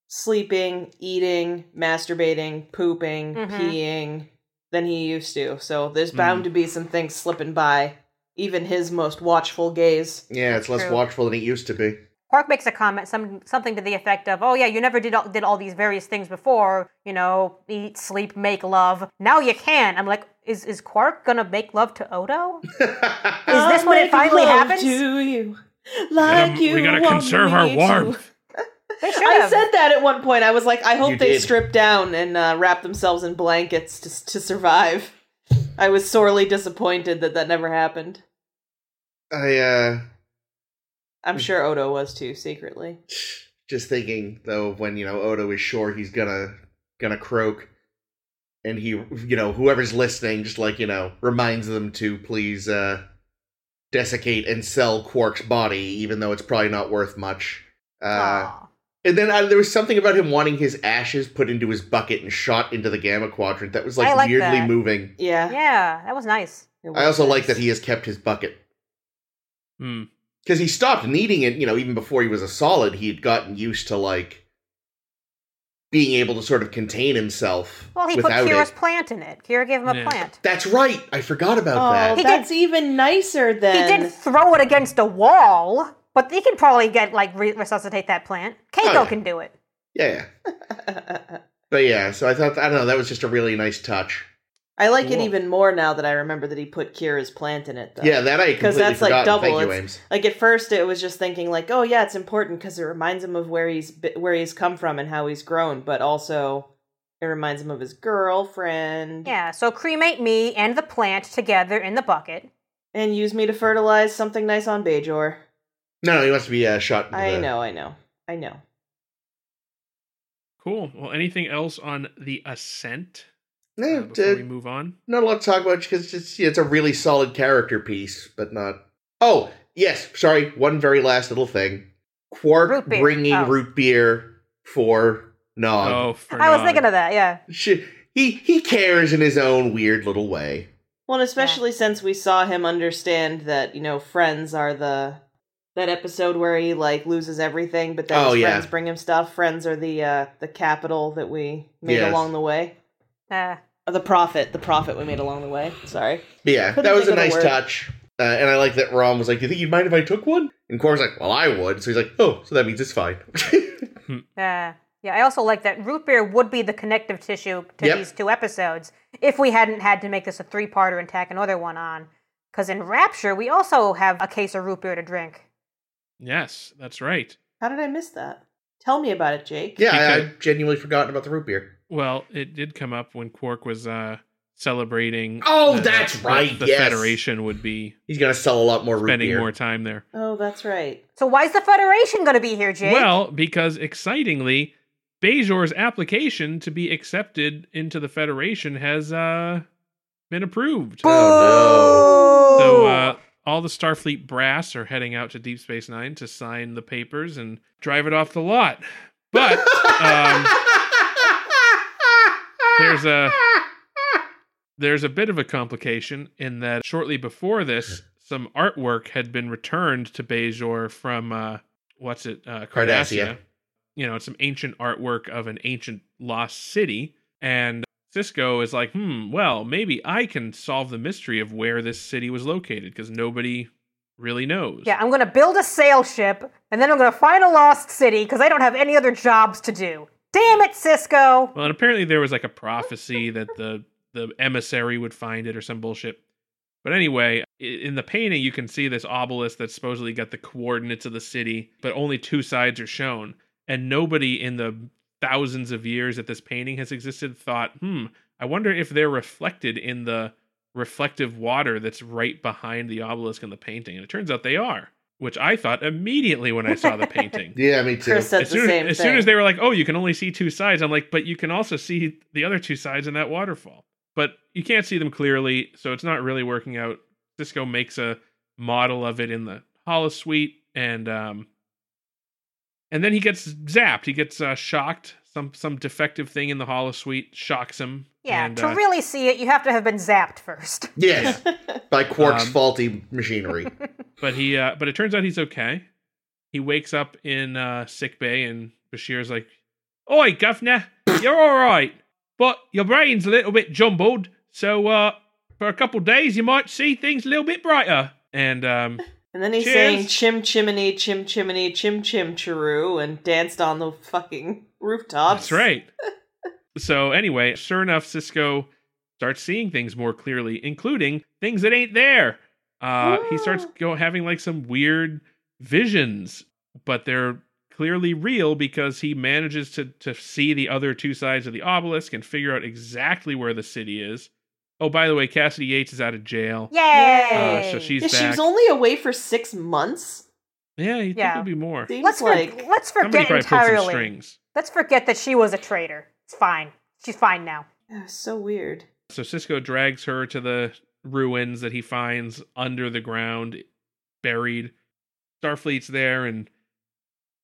S3: sleeping, eating, masturbating, pooping,
S2: Mhm.
S3: peeing than he used to. So there's
S1: Hmm.
S3: bound to be some things slipping by, even his most watchful gaze.
S4: Yeah, it's less
S2: True.
S4: watchful than it used to be.
S2: Quark makes a comment, some something to the effect of, "Oh yeah, you never did all, did all these various things before. You know, eat, sleep, make love. Now you can." I'm like, "Is is Quark gonna make love to Odo?" Is this
S3: I'll
S2: when it
S3: make
S2: finally
S3: love
S2: happens?
S3: To you, like
S1: Um,
S3: you
S1: we gotta
S3: want
S1: conserve our
S3: me to.
S1: warmth.
S2: They should
S3: I
S2: have.
S3: said that at one point. I was like, I hope
S4: You
S3: they
S4: did.
S3: strip down and uh, wrap themselves in blankets to, to survive. I was sorely disappointed that that never happened.
S4: I uh
S1: Hmm.
S3: I'm sure Odo was too, secretly.
S4: just thinking though of when you know Odo is sure he's gonna gonna croak, and he you know whoever's listening just like you know reminds them to please uh desiccate and sell Quark's body, even though it's probably not worth much. Uh,
S2: Aw.
S4: and then uh, there was something about him wanting his ashes put into his bucket and shot into the Gamma Quadrant that was
S2: I
S4: like,
S2: like
S4: weirdly
S2: that.
S4: moving.
S3: Yeah.
S2: yeah, that was nice.
S3: it
S4: I also
S3: was.
S4: like that he has kept his bucket
S1: Hmm.
S4: because he stopped needing it. You know, even before he was a solid, he had gotten used to like being able to sort of contain himself
S2: Well, he
S4: without
S2: put Kira's
S4: it.
S2: plant in it. Kira gave him a
S1: Yeah.
S2: plant.
S4: That's right. I forgot about
S3: Oh,
S4: that.
S2: He
S3: that's even nicer than.
S2: He did throw it against a wall, but he can probably get like re- resuscitate that plant. Keiko
S4: Oh, yeah.
S2: can do it.
S4: Yeah. But yeah, so I thought I don't know. That was just a really nice touch.
S3: I like it
S1: Cool.
S3: even more now that I remember that he put Kira's plant in it, though.
S4: Yeah, that I completely
S3: that's, like,
S4: forgot.
S3: double,
S4: Thank you,
S3: it's-
S4: Ames.
S3: Like at first, it was just thinking like, oh yeah, it's important because it reminds him of where he's be- where he's come from and how he's grown, but also it reminds him of his girlfriend.
S2: Yeah. So cremate me and the plant together in the bucket.
S3: And use me to fertilize something nice on Bajor.
S4: No, no, he wants to be uh, shot. into
S3: I
S4: the-
S3: know, I know, I know.
S1: Cool. Well, anything else on the ascent uh,
S4: No,
S1: before
S4: uh,
S1: we move on?
S4: not a lot to talk about because it's it's a really solid character piece, but not. Oh yes, sorry. One very last little thing. Quark
S2: Root beer.
S4: bringing
S2: Oh.
S4: root beer for Nog.
S1: oh, for
S2: I was
S1: Nog.
S2: thinking of that. Yeah.
S4: She, he he cares in his own weird little way.
S3: Well, and especially since we saw him understand that you know friends are the that episode where he like loses everything, but then
S4: Oh,
S3: his
S4: yeah.
S3: friends bring him stuff. Friends are the uh the capital that we made
S4: Yes.
S3: along the way.
S2: Uh,
S3: Uh, The profit, the profit we made along the way. Sorry.
S4: But yeah,
S3: Couldn't
S4: that was a
S3: think of the
S4: nice
S3: word.
S4: touch. Uh, and I like that Rom was like, "Do you think you'd mind if I took one?" And Quark's like, "Well, I would." So he's like, "Oh, so that means it's fine."
S2: uh, yeah. I also like that root beer would be the connective tissue to
S4: Yep.
S2: these two episodes if we hadn't had to make this a three-parter and tack another one on. Because in Rapture, we also have a case of root beer to drink.
S1: Yes, that's right.
S3: How did I miss that? Tell me about it, Jake.
S4: yeah, I, I
S1: Because-
S4: genuinely forgotten about the root beer.
S1: Well, it did come up when Quark was uh celebrating.
S4: Oh,
S1: the-
S4: that's
S1: the-
S4: right,
S1: The
S4: yes.
S1: Federation would be
S4: He's gonna sell a lot more root
S1: spending
S4: beer.
S1: more time there.
S3: Oh, that's right.
S2: So why is the Federation going to be here, Jake?
S1: Well, because excitingly, Bejor's application to be accepted into the Federation has uh been approved.
S2: Boo!
S4: Oh,
S1: So uh, all the Starfleet brass are heading out to Deep Space Nine to sign the papers and drive it off the lot. But um, there's a there's a bit of a complication in that shortly before this, some artwork had been returned to Bejor from uh, what's it, uh,
S4: Cardassia.
S1: Cardassia. You know, it's some ancient artwork of an ancient lost city, and Cisco is like, "Hmm, well, maybe I can solve the mystery of where this city was located because nobody really knows."
S2: Yeah, I'm gonna build a sail ship, and then I'm gonna find a lost city because I don't have any other jobs to do. Damn it, Cisco!
S1: Well, and apparently there was like a prophecy that the the emissary would find it or some bullshit. But anyway, i- in the painting, you can see this obelisk that's supposedly got the coordinates of the city, but only two sides are shown. And nobody in the thousands of years that this painting has existed thought, hmm, I wonder if they're reflected in the reflective water that's right behind the obelisk in the painting. And it turns out they are, which I thought immediately when I saw the painting.
S4: Yeah, me too.
S3: Chris said
S1: as
S3: the
S1: soon,
S3: same
S1: as
S3: thing.
S1: soon as they were like, "Oh, you can only see two sides," I'm like, "But you can also see the other two sides in that waterfall." But you can't see them clearly, so it's not really working out. Cisco makes a model of it in the hollow suite, and um, and then he gets zapped. He gets uh, shocked. Some some defective thing in the hollow suite shocks him.
S2: Yeah,
S1: and,
S2: to
S1: uh,
S2: really see it, you have to have been zapped first.
S4: Yes, by Quark's
S1: Um,
S4: faulty machinery.
S1: but he uh, but it turns out he's okay. He wakes up in uh, sick bay, and Bashir's like, "Oi, governor, you're all right, but your brain's a little bit jumbled. So uh, for a couple days, you might see things a little bit brighter." And um,
S3: And then he's
S1: Cheers.
S3: saying chim chimney, chim chimney, chim chim chiroo, and danced on the fucking rooftops.
S1: that's right. so anyway, sure enough, Cisco starts seeing things more clearly, including things that ain't there. Uh, he starts go having like some weird visions, but they're clearly real because he manages to to see the other two sides of the obelisk and figure out exactly where the city is. Oh, by the way, Cassidy Yates is out of jail.
S2: Yay!
S1: Uh, so she's
S3: Yeah, she
S1: back.
S3: was only away for six months.
S1: yeah, you think
S2: Yeah.
S1: it'll be more.
S3: Seems
S2: let's for-
S3: like
S2: let's
S1: Somebody probably
S2: forget
S1: pulled some
S2: entirely.
S1: strings.
S2: Let's forget that she was a traitor. It's fine. She's fine now.
S3: Yeah, so weird.
S1: So Cisco drags her to the ruins that he finds under the ground, buried. Starfleet's there, and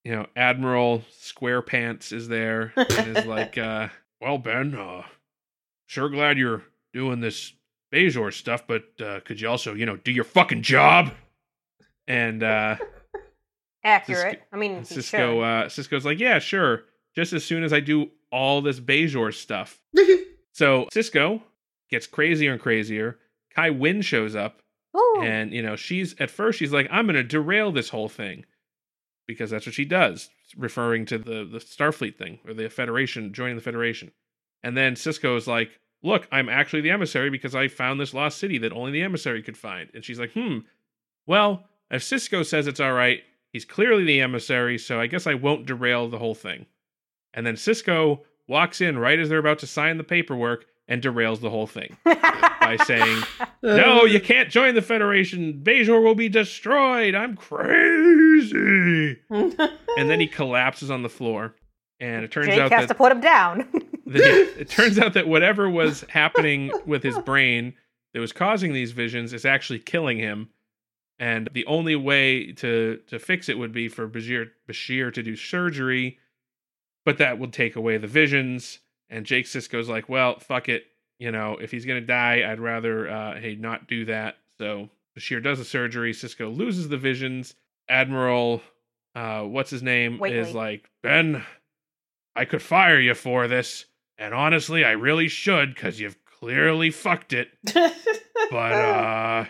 S1: you know Admiral Squarepants is there, and is like, uh, "Well, Ben, uh, sure glad you're doing this Bajor stuff, but uh, could you also, you know, do your fucking job?" And uh,
S2: Accurate. I mean,
S1: and
S2: he
S1: Cisco,
S2: should.
S1: uh, Cisco's like, "Yeah, sure. Just as soon as I do all this Bajor stuff, so Cisco gets crazier and crazier. Kai Wynn shows up,
S2: Ooh.
S1: and you know she's at first she's like, "I'm going to derail this whole thing," because that's what she does, referring to the the Starfleet thing or the Federation joining the Federation. And then Cisco is like, "Look, I'm actually the emissary because I found this lost city that only the emissary could find." And she's like, "Hmm, well, if Cisco says it's all right, he's clearly the emissary, so I guess I won't derail the whole thing." And then Cisco walks in right as they're about to sign the paperwork and derails the whole thing by saying,
S4: Uh,
S1: "No, you can't join the Federation. Bajor will be destroyed. I'm crazy." And then he collapses on the floor, and it turns
S2: Jake
S1: out
S2: has
S1: that
S2: to put him down.
S1: the, it turns out that whatever was happening with his brain that was causing these visions is actually killing him. And the only way to to fix it would be for Bashir Bashir to do surgery, but that would take away the visions. And Jake Sisko's like, well, fuck it. You know, if he's gonna die, I'd rather uh, he not do that. So Bashir does the surgery. Cisco loses the visions. Admiral, uh, what's his name,
S2: Whately.
S1: is like Ben. I could fire you for this, and honestly, I really should because you've clearly fucked it. But uh,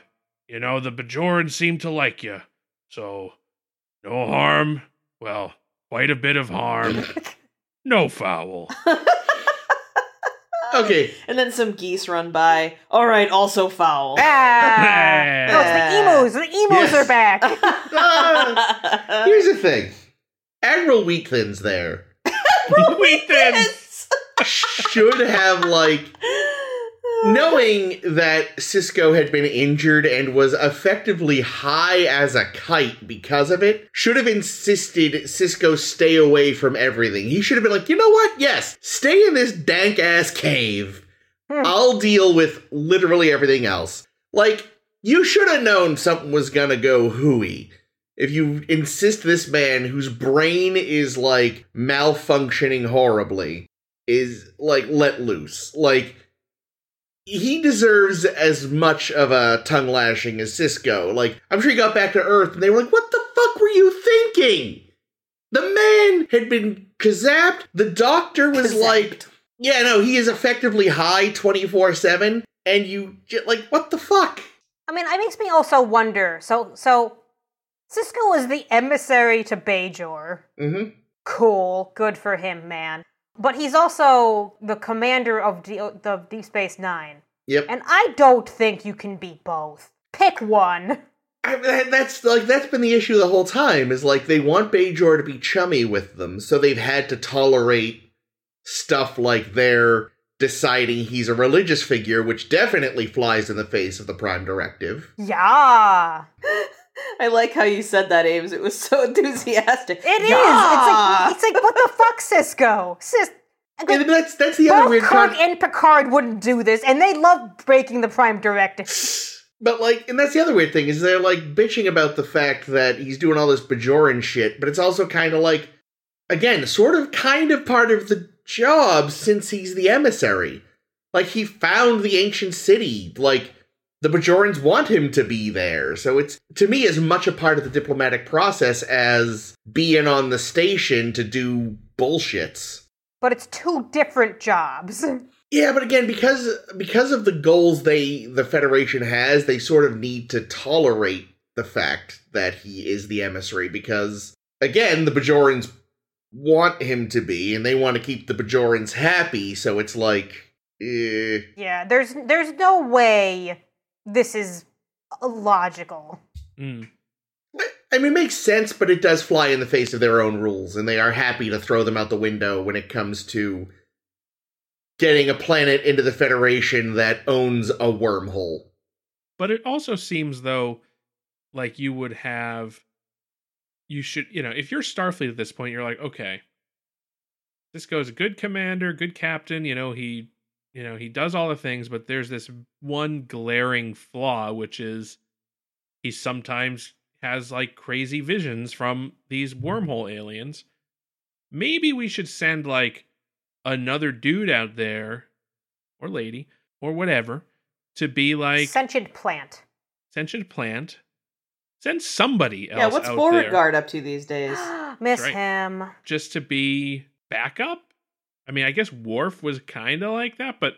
S1: you know, the Bajorans seem to like you, so no harm. Well, quite a bit of harm. No foul.
S3: Oh,
S4: okay,
S3: And then some geese run by. All right, also foul.
S2: ah. No,
S1: Eh.
S2: it's the emus. The emus
S4: Yes.
S2: are back.
S4: here's the thing. Admiral Wheatland's there.
S1: Wait then.
S4: Should have like knowing that Cisco had been injured and was effectively high as a kite because of it, should have insisted Cisco stay away from everything. He should have been like, you know what? Yes, stay in this dank ass cave. I'll deal with literally everything else. Like, you should have known something was gonna go hooey. If you insist this man whose brain is like malfunctioning horribly is like let loose. Like he deserves as much of a tongue lashing as Cisco. Like, I'm sure he got back to Earth and they were like, what the fuck were you thinking? The man had been kazapped. The doctor was
S3: Kazapped.
S4: like, yeah, no, he is effectively high 24 7. And you, j- like, what the fuck?
S2: I mean, it makes me also wonder. So, so Cisco is the emissary to Bajor.
S4: Mm
S2: Cool, good for him, man. But he's also the commander of D- of Deep Space Nine.
S4: hmm. Yep.
S2: And I don't think you can be both. Pick one.
S4: I, that- that's like that's been the issue the whole time is like they want Bajor to be chummy with them, so they've had to tolerate stuff like their deciding he's a religious figure, which definitely flies in the face of the Prime Directive.
S2: Yeah.
S3: I like how you said that, Ames. It was so enthusiastic.
S2: It is.
S3: Yeah!
S2: It's like it's like what the fuck, Cisco? Sis
S4: And that's that's the other
S2: both
S4: weird
S2: Kirk
S4: con-
S2: and Picard wouldn't do this, and they love breaking the prime directive.
S4: But like, and that's the other weird thing is they're like bitching about the fact that he's doing all this Bajoran shit, but it's also kind of like, again, sort of kind of part of the job since he's the emissary. Like he found the ancient city. Like the Bajorans want him to be there, so it's to me as much a part of the diplomatic process as being on the station to do bullshits.
S2: But it's two different jobs.
S4: Yeah, but again, because because of the goals they the Federation has, they sort of need to tolerate the fact that he is the emissary because again, the Bajorans want him to be, and they want to keep the Bajorans happy, so it's like eh.
S2: Yeah, there's there's no way this is logical.
S1: Mm.
S4: I mean, it makes sense, but it does fly in the face of their own rules, and they are happy to throw them out the window when it comes to getting a planet into the Federation that owns a wormhole.
S1: But it also seems though like you would have you should you know, if you're Starfleet at this point, you're like, okay, this goes a good commander, good captain, you know, he you know, he does all the things, but there's this one glaring flaw, which is he sometimes has like crazy visions from these wormhole aliens. Maybe we should send like another dude out there or lady or whatever to be like
S2: Sentient plant.
S1: sentient plant. Send somebody else.
S3: Yeah, what's
S1: out there
S3: Beauregard up to these days?
S2: Miss
S1: right.
S2: him.
S1: just to be backup? I mean, I guess Worf was kind of like that, but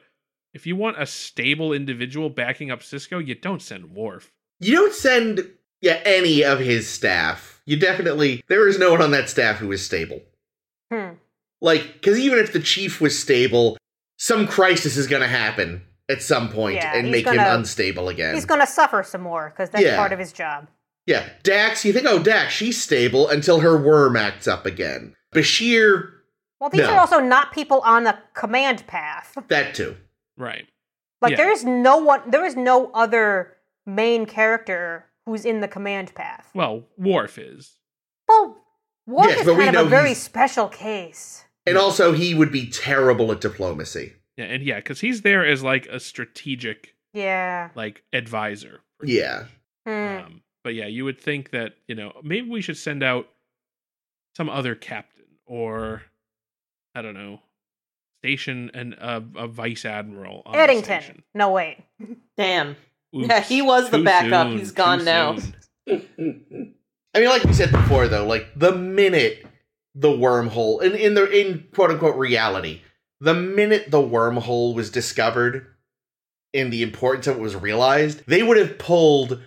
S1: if you want a stable individual backing up Cisco, you don't send Worf.
S4: You don't send yeah any of his staff. You definitely there is no one on that staff who is stable.
S2: Hmm.
S4: Like because even if the chief was stable, some crisis is going to happen at some point
S2: Yeah,
S4: and
S2: he's
S4: make him
S2: gonna-
S4: unstable again.
S2: He's gonna suffer some more because that's
S4: Yeah.
S2: part of his job.
S4: yeah, Dax. You think oh Dax, she's stable until her worm acts up again. Bashir,
S2: Well, these
S4: No.
S2: are also not people on the command path.
S4: that too.
S1: Right.
S2: Like
S1: Yeah.
S2: there is no one. There is no other main character who's in the command path.
S1: Well, Worf is.
S2: Well, Worf
S4: Yes,
S2: is
S4: but we
S2: kind of
S4: know
S2: a very
S4: he's-
S2: special case.
S4: And also, he would be terrible at diplomacy.
S1: Yeah, and yeah, because he's there as like a strategic
S2: Yeah.
S1: like advisor.
S4: Yeah,
S3: Mm.
S2: Hmm.
S1: Um, but yeah, you would think that, you know, maybe we should send out some other captain or I don't know, station and a, a vice admiral on the
S2: Eddington.
S1: station.
S2: No wait.
S3: Damn.
S1: Oops,
S3: Yeah, he was the
S1: too
S3: backup.
S1: soon,
S3: He's gone
S1: too
S3: now.
S1: soon.
S4: I mean, like we said before, though, like the minute the wormhole in in the in quote unquote reality, the minute the wormhole was discovered and the importance of it was realized, they would have pulled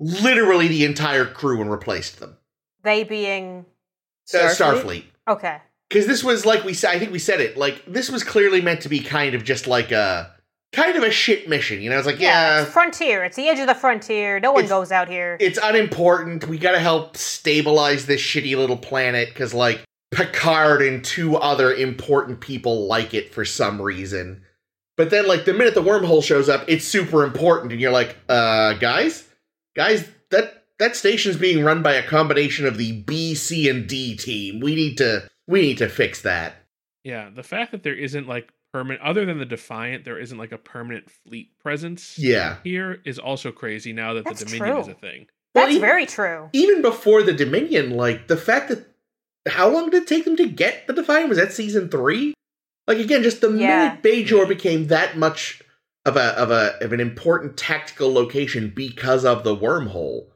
S4: literally the entire crew and replaced them.
S2: They being
S4: Uh,
S3: Starfleet?
S4: Starfleet.
S2: okay.
S4: Because this was like we said, I think we said it. Like this was clearly meant to be kind of just like a kind of a shit mission. You know, it's like yeah,
S2: it's frontier. It's the edge of the frontier. No one
S4: It's-
S2: goes out here.
S4: it's unimportant. We gotta help stabilize this shitty little planet because, like, Picard and two other important people like it for some reason. But then, like, the minute the wormhole shows up, it's super important, and you're like, uh, guys, guys, that that station's being run by a combination of the B, C, and D team. We need to we need to fix that.
S1: Yeah, the fact that there isn't like permanent, other than the Defiant, there isn't like a permanent fleet presence
S4: Yeah.
S1: here is also crazy. Now that
S2: That's
S1: the Dominion is
S2: true.
S1: a thing,
S2: That's
S4: Well, e-
S2: very true.
S4: Even before the Dominion, like the fact that how long did it take them to get the Defiant? Was that season three? Like again, just the
S2: Yeah.
S4: minute Bajor
S1: Yeah.
S4: became that much of a of a of an important tactical location because of the wormhole,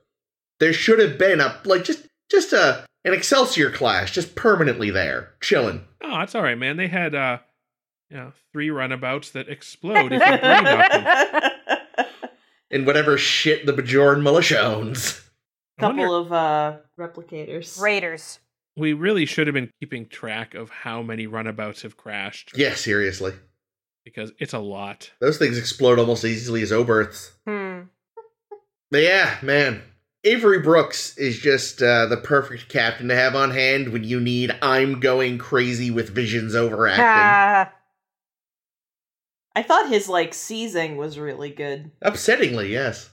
S4: there should have been a like just just a an Excelsior clash just permanently there, chilling.
S1: oh, it's all right, man. They had uh, you know, three runabouts that explode if you breathe on them.
S4: in whatever shit the Bajoran militia owns.
S1: I wonder-
S3: Couple of uh, replicators.
S2: Raiders.
S1: we really should have been keeping track of how many runabouts have crashed
S4: Yeah, seriously.
S1: because it's a lot.
S4: Those things explode almost as easily as Oberths.
S2: Hmm.
S4: But yeah, man. Avery Brooks is just uh, the perfect captain to have on hand when you need I'm going crazy with visions overacting.
S2: Ah,
S3: I thought his like seizing was really good.
S4: Upsettingly, yes.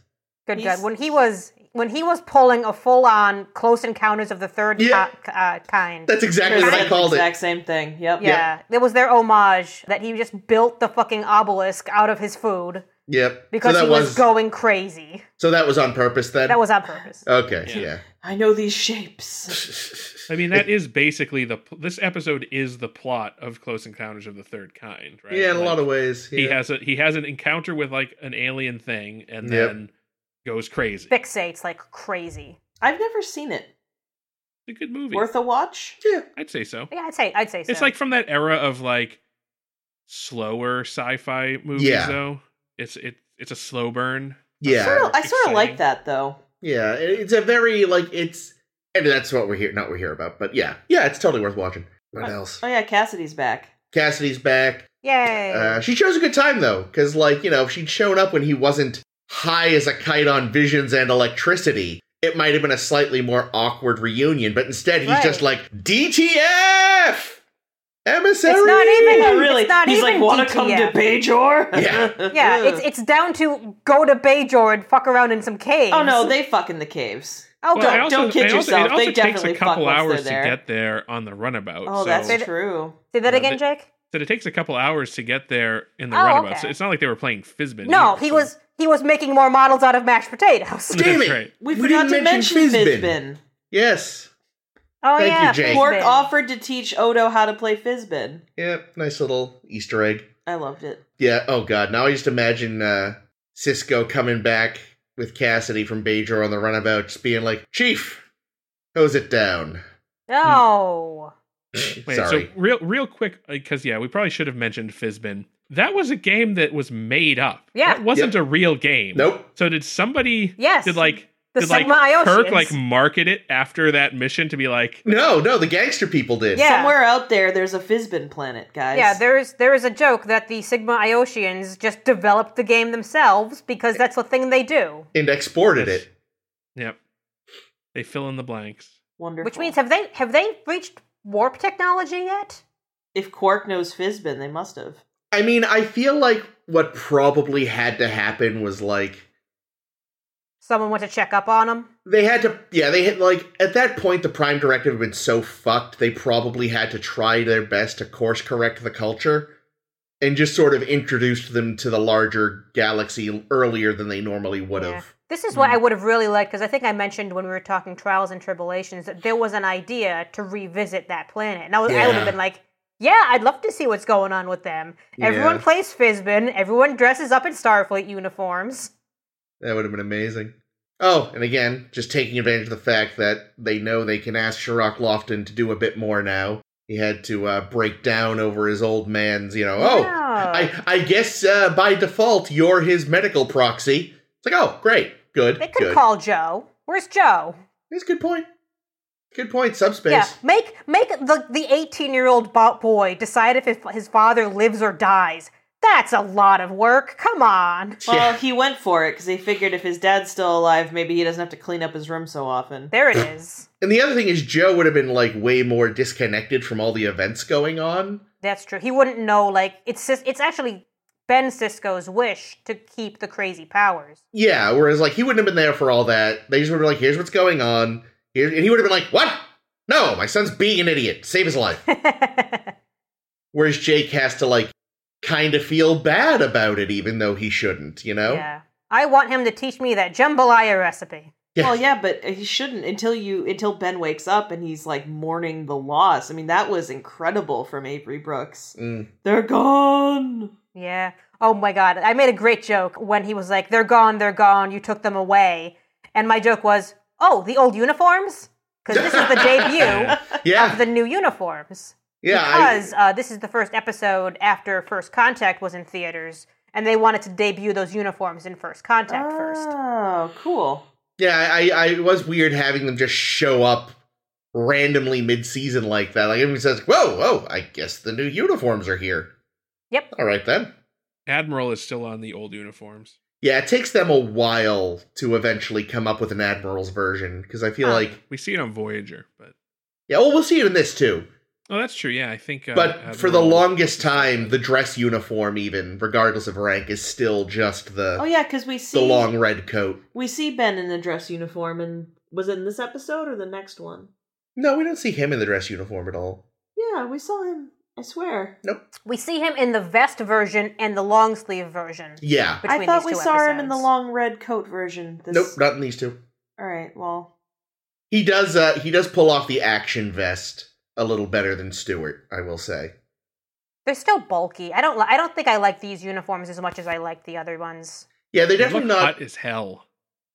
S2: good,
S3: He's-
S2: good. When he was when he was pulling a full on Close Encounters of the Third
S4: Yeah.
S2: ki- uh, kind.
S4: That's exactly what
S3: Said
S4: I
S3: the
S4: called it.
S3: exact same thing. Yep.
S2: Yeah, it was their homage that he just built the fucking obelisk out of his food
S4: Yep.
S2: because
S4: so that
S2: he was, going crazy.
S4: so that was on purpose then.
S2: That was on purpose.
S4: okay.
S1: Yeah.
S4: yeah.
S3: I know these shapes.
S1: I mean, that is basically the pl- this episode is the plot of Close Encounters of the Third Kind, right?
S4: Yeah, in a
S1: Like,
S4: lot of ways.
S1: he
S4: yeah.
S1: has a he has an encounter with like an alien thing and
S4: Yep.
S1: then goes crazy. It's
S2: Fixates like crazy.
S3: I've never seen it.
S1: a good movie.
S3: Worth a watch.
S4: Yeah.
S1: I'd say so.
S2: Yeah, I'd say I'd say so.
S1: It's like from that era of like slower sci-fi movies,
S4: Yeah.
S1: though. It's it it's a slow burn.
S3: Sort
S4: Yeah.
S3: of- I sort of
S1: Exciting.
S3: like that though.
S4: Yeah. it- It's a very like it's and that's what we're here not we're here about, but yeah. Yeah, it's totally worth watching. What
S3: Right.
S4: else?
S3: Oh yeah, Cassidy's back.
S4: Cassidy's back.
S2: Yay.
S4: Uh, she chose a good time though, because like you know, if she'd shown up when he wasn't high as a kite on visions and electricity, it might have been a slightly more awkward reunion. But instead, he's
S2: Right.
S4: just like DTF emissary.
S2: It's not even
S3: Yeah,
S2: It's
S3: really.
S2: not
S3: He's
S2: even
S3: like, wanna come to
S2: DTF.
S3: Bajor? Uh,
S4: Yeah.
S2: yeah, it's it's down to go to Bajor and fuck around in some caves.
S3: Oh no, they fuck in the caves.
S2: oh
S1: Well, I
S2: god,
S3: don't- don't kid
S1: I
S3: yourself.
S1: It also
S3: They
S1: takes
S3: definitely
S1: a couple
S3: fuck once
S1: hours to
S3: they're there.
S1: get there on the runabout.
S3: Oh,
S1: so,
S3: that's
S2: Say that-
S3: true.
S2: say that
S1: Yeah,
S2: again,
S1: they-
S2: Jake.
S1: so it takes a couple hours to get there in the
S2: Oh,
S1: runabout.
S2: okay.
S1: So it's not like they were playing frisbee.
S2: No,
S1: either,
S2: he
S1: so-
S2: was he was making more models out of mashed potatoes.
S1: That's
S4: Damn it.
S1: right.
S3: We
S4: We
S3: forgot to
S4: didn't mention
S3: mention
S4: Fizbin.
S3: Fizbin.
S4: Yes.
S2: Oh
S4: Thank you,
S2: yeah,
S4: Jake.
S2: Frisbee.
S3: Quark offered to teach Odo how to play Fizbin.
S4: Yep. Nice little Easter egg.
S3: I loved it.
S4: Yeah. Oh God. Now I just imagine uh, Cisco coming back with Cassidy from Bajor on the runabout, just being like, "Chief, hose it down."
S2: No.
S1: Wait,
S4: Sorry.
S1: so real real quick because yeah, we probably should have mentioned Fizbin. That was a game that was made up.
S2: Yeah.
S1: That wasn't a real game.
S4: nope.
S1: So did somebody
S2: Yes.
S1: did like
S2: the
S1: did like
S2: Sigma Iosians.
S1: Kirk like market it after that mission to be like
S4: No, no, the gangster people did.
S2: Yeah.
S3: Somewhere out there, there's a Fizbin planet, guys.
S2: Yeah, there is there is a joke that the Sigma Iosians just developed the game themselves because that's the thing they do.
S4: And exported it.
S1: Yep. They fill in the blanks.
S3: Wonderful.
S2: Which means have they have they reached warp technology yet?
S3: if Quark knows Fizbin, they must have.
S4: I mean, I feel like what probably had to happen was like
S2: Someone went to check up on them.
S4: they had to yeah, they had like at that point the prime directive had been so fucked, they probably had to try their best to course correct the culture and just sort of introduced them to the larger galaxy earlier than they normally would
S2: Yeah.
S4: have.
S2: This is what
S4: Hmm.
S1: Mm.
S2: I would have really liked because I think I mentioned when we were talking trials and tribulations that there was an idea to revisit that planet, and I, was, I would
S4: Yeah.
S2: have been like, "Yeah, I'd love to see what's going on with them. Everyone
S4: Yeah.
S2: plays Fizbin. Everyone dresses up in Starfleet uniforms.
S4: That would have been amazing. Oh, and again, just taking advantage of the fact that they know they can ask Sherlock Lofton to do a bit more now. He had to uh, break down over his old man's, you know, oh,
S2: Yeah.
S4: I, I guess uh, by default you're his medical proxy. It's like, oh, great, good,
S2: They could
S4: good.
S2: call Joe. Where's Joe?
S4: That's a good point. Good point. Subspace.
S2: Yeah, make make the the eighteen year old boy decide if his, his father lives or dies. That's a lot of work. Come on.
S3: Well,
S4: Yeah.
S3: he went for it because he figured if his dad's still alive, maybe he doesn't have to clean up his room so often.
S2: There it is.
S4: And the other thing is, Joe would have been like way more disconnected from all the events going on.
S2: That's true. He wouldn't know. Like it's Sis- it's actually Ben Cisco's wish to keep the crazy powers.
S4: Yeah, whereas like he wouldn't have been there for all that. They just would have been like, here's what's going on. Here and he would have been like, What? No, my son's being an idiot. Save his life. Whereas Jake has to like kind of feel bad about it, even though he shouldn't, you know?
S2: Yeah. I want him to teach me that jambalaya recipe.
S4: Yeah.
S3: Well, yeah, but he shouldn't until you until Ben wakes up and he's like mourning the loss. I mean, that was incredible from Avery Brooks.
S4: Mm.
S3: They're gone.
S2: Yeah. Oh my god. I made a great joke when he was like, "They're gone. They're gone. You took them away." And my joke was, "Oh, the old uniforms." Because this is the debut of
S4: Yeah.
S2: the new uniforms.
S4: Yeah. I,
S2: because uh, this is the first episode after First Contact was in theaters, and they wanted to debut those uniforms in First Contact first.
S3: Oh, cool.
S4: yeah, I, I it was weird having them just show up randomly mid season like that. Like everyone says, Whoa, whoa, I guess the new uniforms are here.
S2: Yep.
S4: All right then.
S1: Admiral is still on the old uniforms.
S4: Yeah, it takes them a while to eventually come up with an Admiral's version because I feel
S2: Huh.
S4: like
S1: We see it on Voyager, but
S4: yeah, well, we'll see it in this too.
S1: oh, that's true. Yeah, I think. Uh,
S4: but for the
S1: Admiral-
S4: longest time, the dress uniform, even regardless of rank, is still just the
S3: Oh yeah, because we see
S4: Uh, the long red coat.
S3: we see Ben in the dress uniform, and was it in this episode or the next one?
S4: No, we don't see him in the dress uniform at all.
S3: Yeah, we saw him. I swear.
S2: We see him in the vest version and the long sleeve version.
S4: Yeah,
S2: Between
S3: I thought we
S2: these two
S3: saw him in the
S2: episodes.
S3: long red coat version. This...
S4: nope, not in these two.
S3: All right. Well,
S4: He does. Uh, he does pull off the action vest a little better than Stewart, I will say.
S2: They're still bulky. I don't. Li- I don't think I like these uniforms as much as I like the other ones.
S4: Yeah, they're
S1: They
S4: definitely
S1: look
S4: not.
S1: hot as hell.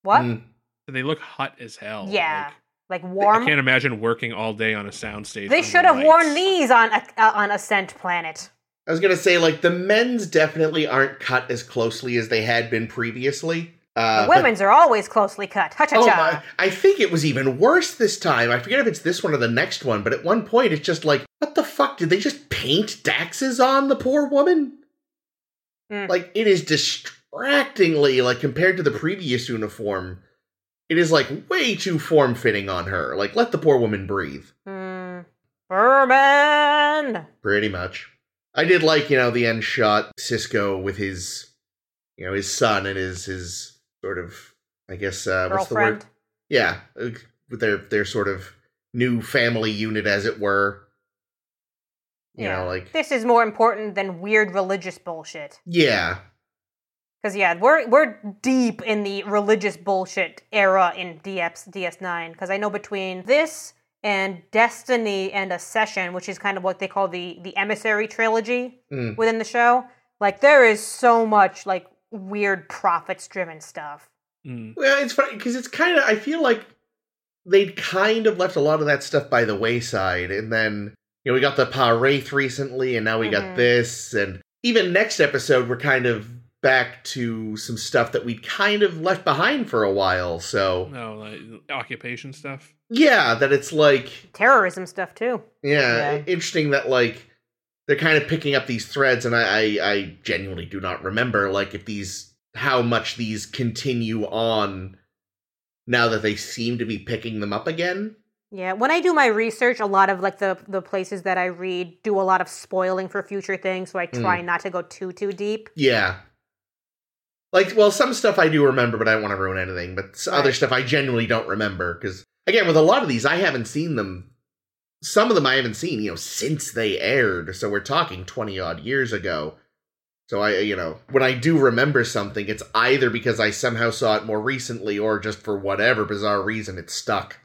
S2: What?
S4: Mm.
S1: They look hot as hell.
S2: Yeah.
S1: Like,
S2: Like
S1: I
S2: warm.
S1: can't imagine working all day on a soundstage.
S2: They
S1: under
S2: should have
S1: lights.
S2: worn these on uh, on Ascent Planet.
S4: I was gonna say like the men's definitely aren't cut as closely as they had been previously. Uh,
S2: the
S4: but-
S2: women's are always closely cut. Ha cha
S4: Oh
S2: cha.
S4: my! I think it was even worse this time. I forget if it's this one or the next one, but at one point it's just like, what the fuck did they just paint Dax's on the poor woman?
S2: Mm.
S4: Like it is distractingly like compared to the previous uniform, it is like way too form fitting on her. Like let the poor woman breathe,
S2: Mm. Furman.
S4: pretty much. I did like you know the end shot Cisco with his, you know his son and his his sort of I guess uh, what's the word
S2: Girlfriend.
S4: yeah, uh, with their their sort of new family unit, as it were. You know, like
S2: this is more important than weird religious bullshit.
S4: yeah,
S2: Because yeah, we're we're deep in the religious bullshit era in DS DS9. Because I know between this and Destiny and Accession, which is kind of what they call the the emissary trilogy
S4: Mm.
S2: within the show, like there is so much like weird prophets driven stuff.
S1: Mm.
S4: Well, it's funny because it's kind of. I feel like they'd kind of left a lot of that stuff by the wayside, and then you know we got the Pa Wraith recently, and now we
S2: Mhm.
S4: got this, and even next episode we're kind of back to some stuff that we kind of left behind for a while. So
S1: No, like occupation stuff.
S4: yeah, that it's like
S2: Terrorism stuff too.
S4: Yeah,
S3: Yeah.
S4: i- interesting that like they're kind of picking up these threads, and I, I I genuinely do not remember like if these how much these continue on now that they seem to be picking them up again.
S2: Yeah, when I do my research, a lot of like the the places that I read do a lot of spoiling for future things, so I try not to go too too deep.
S4: Yeah. Like, well, some stuff I do remember, but I don't want to ruin anything. But s other
S2: Right.
S4: stuff I genuinely don't remember because, again, with a lot of these, I haven't seen them. Some of them I haven't seen, you know, since they aired. So we're talking twenty odd years ago. So I, you know, when I do remember something, it's either because I somehow saw it more recently, or just for whatever bizarre reason, it stuck.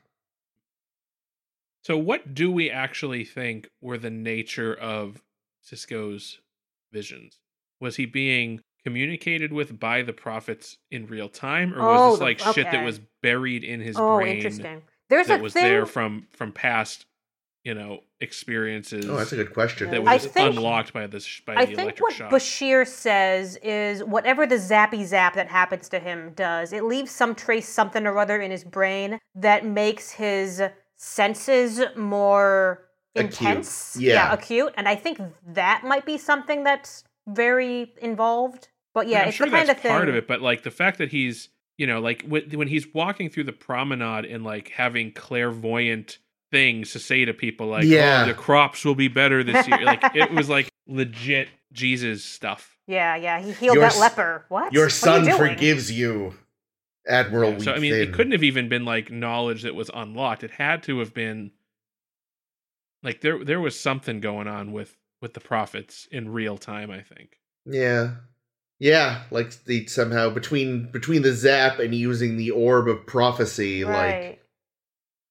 S1: So, what do we actually think were the nature of Cisco's visions? Was he being communicated with by the prophets in real time, or was
S2: Oh,
S1: this
S2: the-
S1: like shit
S2: okay.
S1: that was buried in his
S2: oh,
S1: brain
S2: interesting. There's
S1: that
S2: a
S1: was
S2: thing.
S1: there from from past, you know, experiences
S4: Oh, that's a good question.
S1: that
S3: Yeah.
S1: was
S2: I think-
S1: unlocked by this by
S2: I
S1: the
S2: think
S1: electric
S2: what
S1: shock?
S2: Bashir says is whatever the zappy zap that happens to him does, it leaves some trace, something or other in his brain that makes his senses more
S4: Acute.
S2: intense.
S4: Yeah.
S2: acute. And I think that might be something that's very involved. But yeah,
S1: I'm
S2: it's
S1: sure
S2: the kind
S1: that's
S2: of thing.
S1: part of it, but like the fact that he's, you know, like wh- when he's walking through the promenade and like having clairvoyant things to say to people, like,
S4: Yeah.
S1: oh, the crops will be better this year. like it was like legit Jesus stuff.
S2: Yeah, yeah. He healed
S4: Your
S2: that
S4: s-
S2: leper. What?
S4: Your
S2: What are
S4: son
S2: you doing?
S4: forgives you, Admiral.
S1: so I mean, it couldn't have even been like knowledge that was unlocked. It had to have been like there there was something going on with with the prophets in real time. I think.
S4: Yeah. Yeah, like they somehow between between the zap and using the orb of prophecy, like
S2: Right.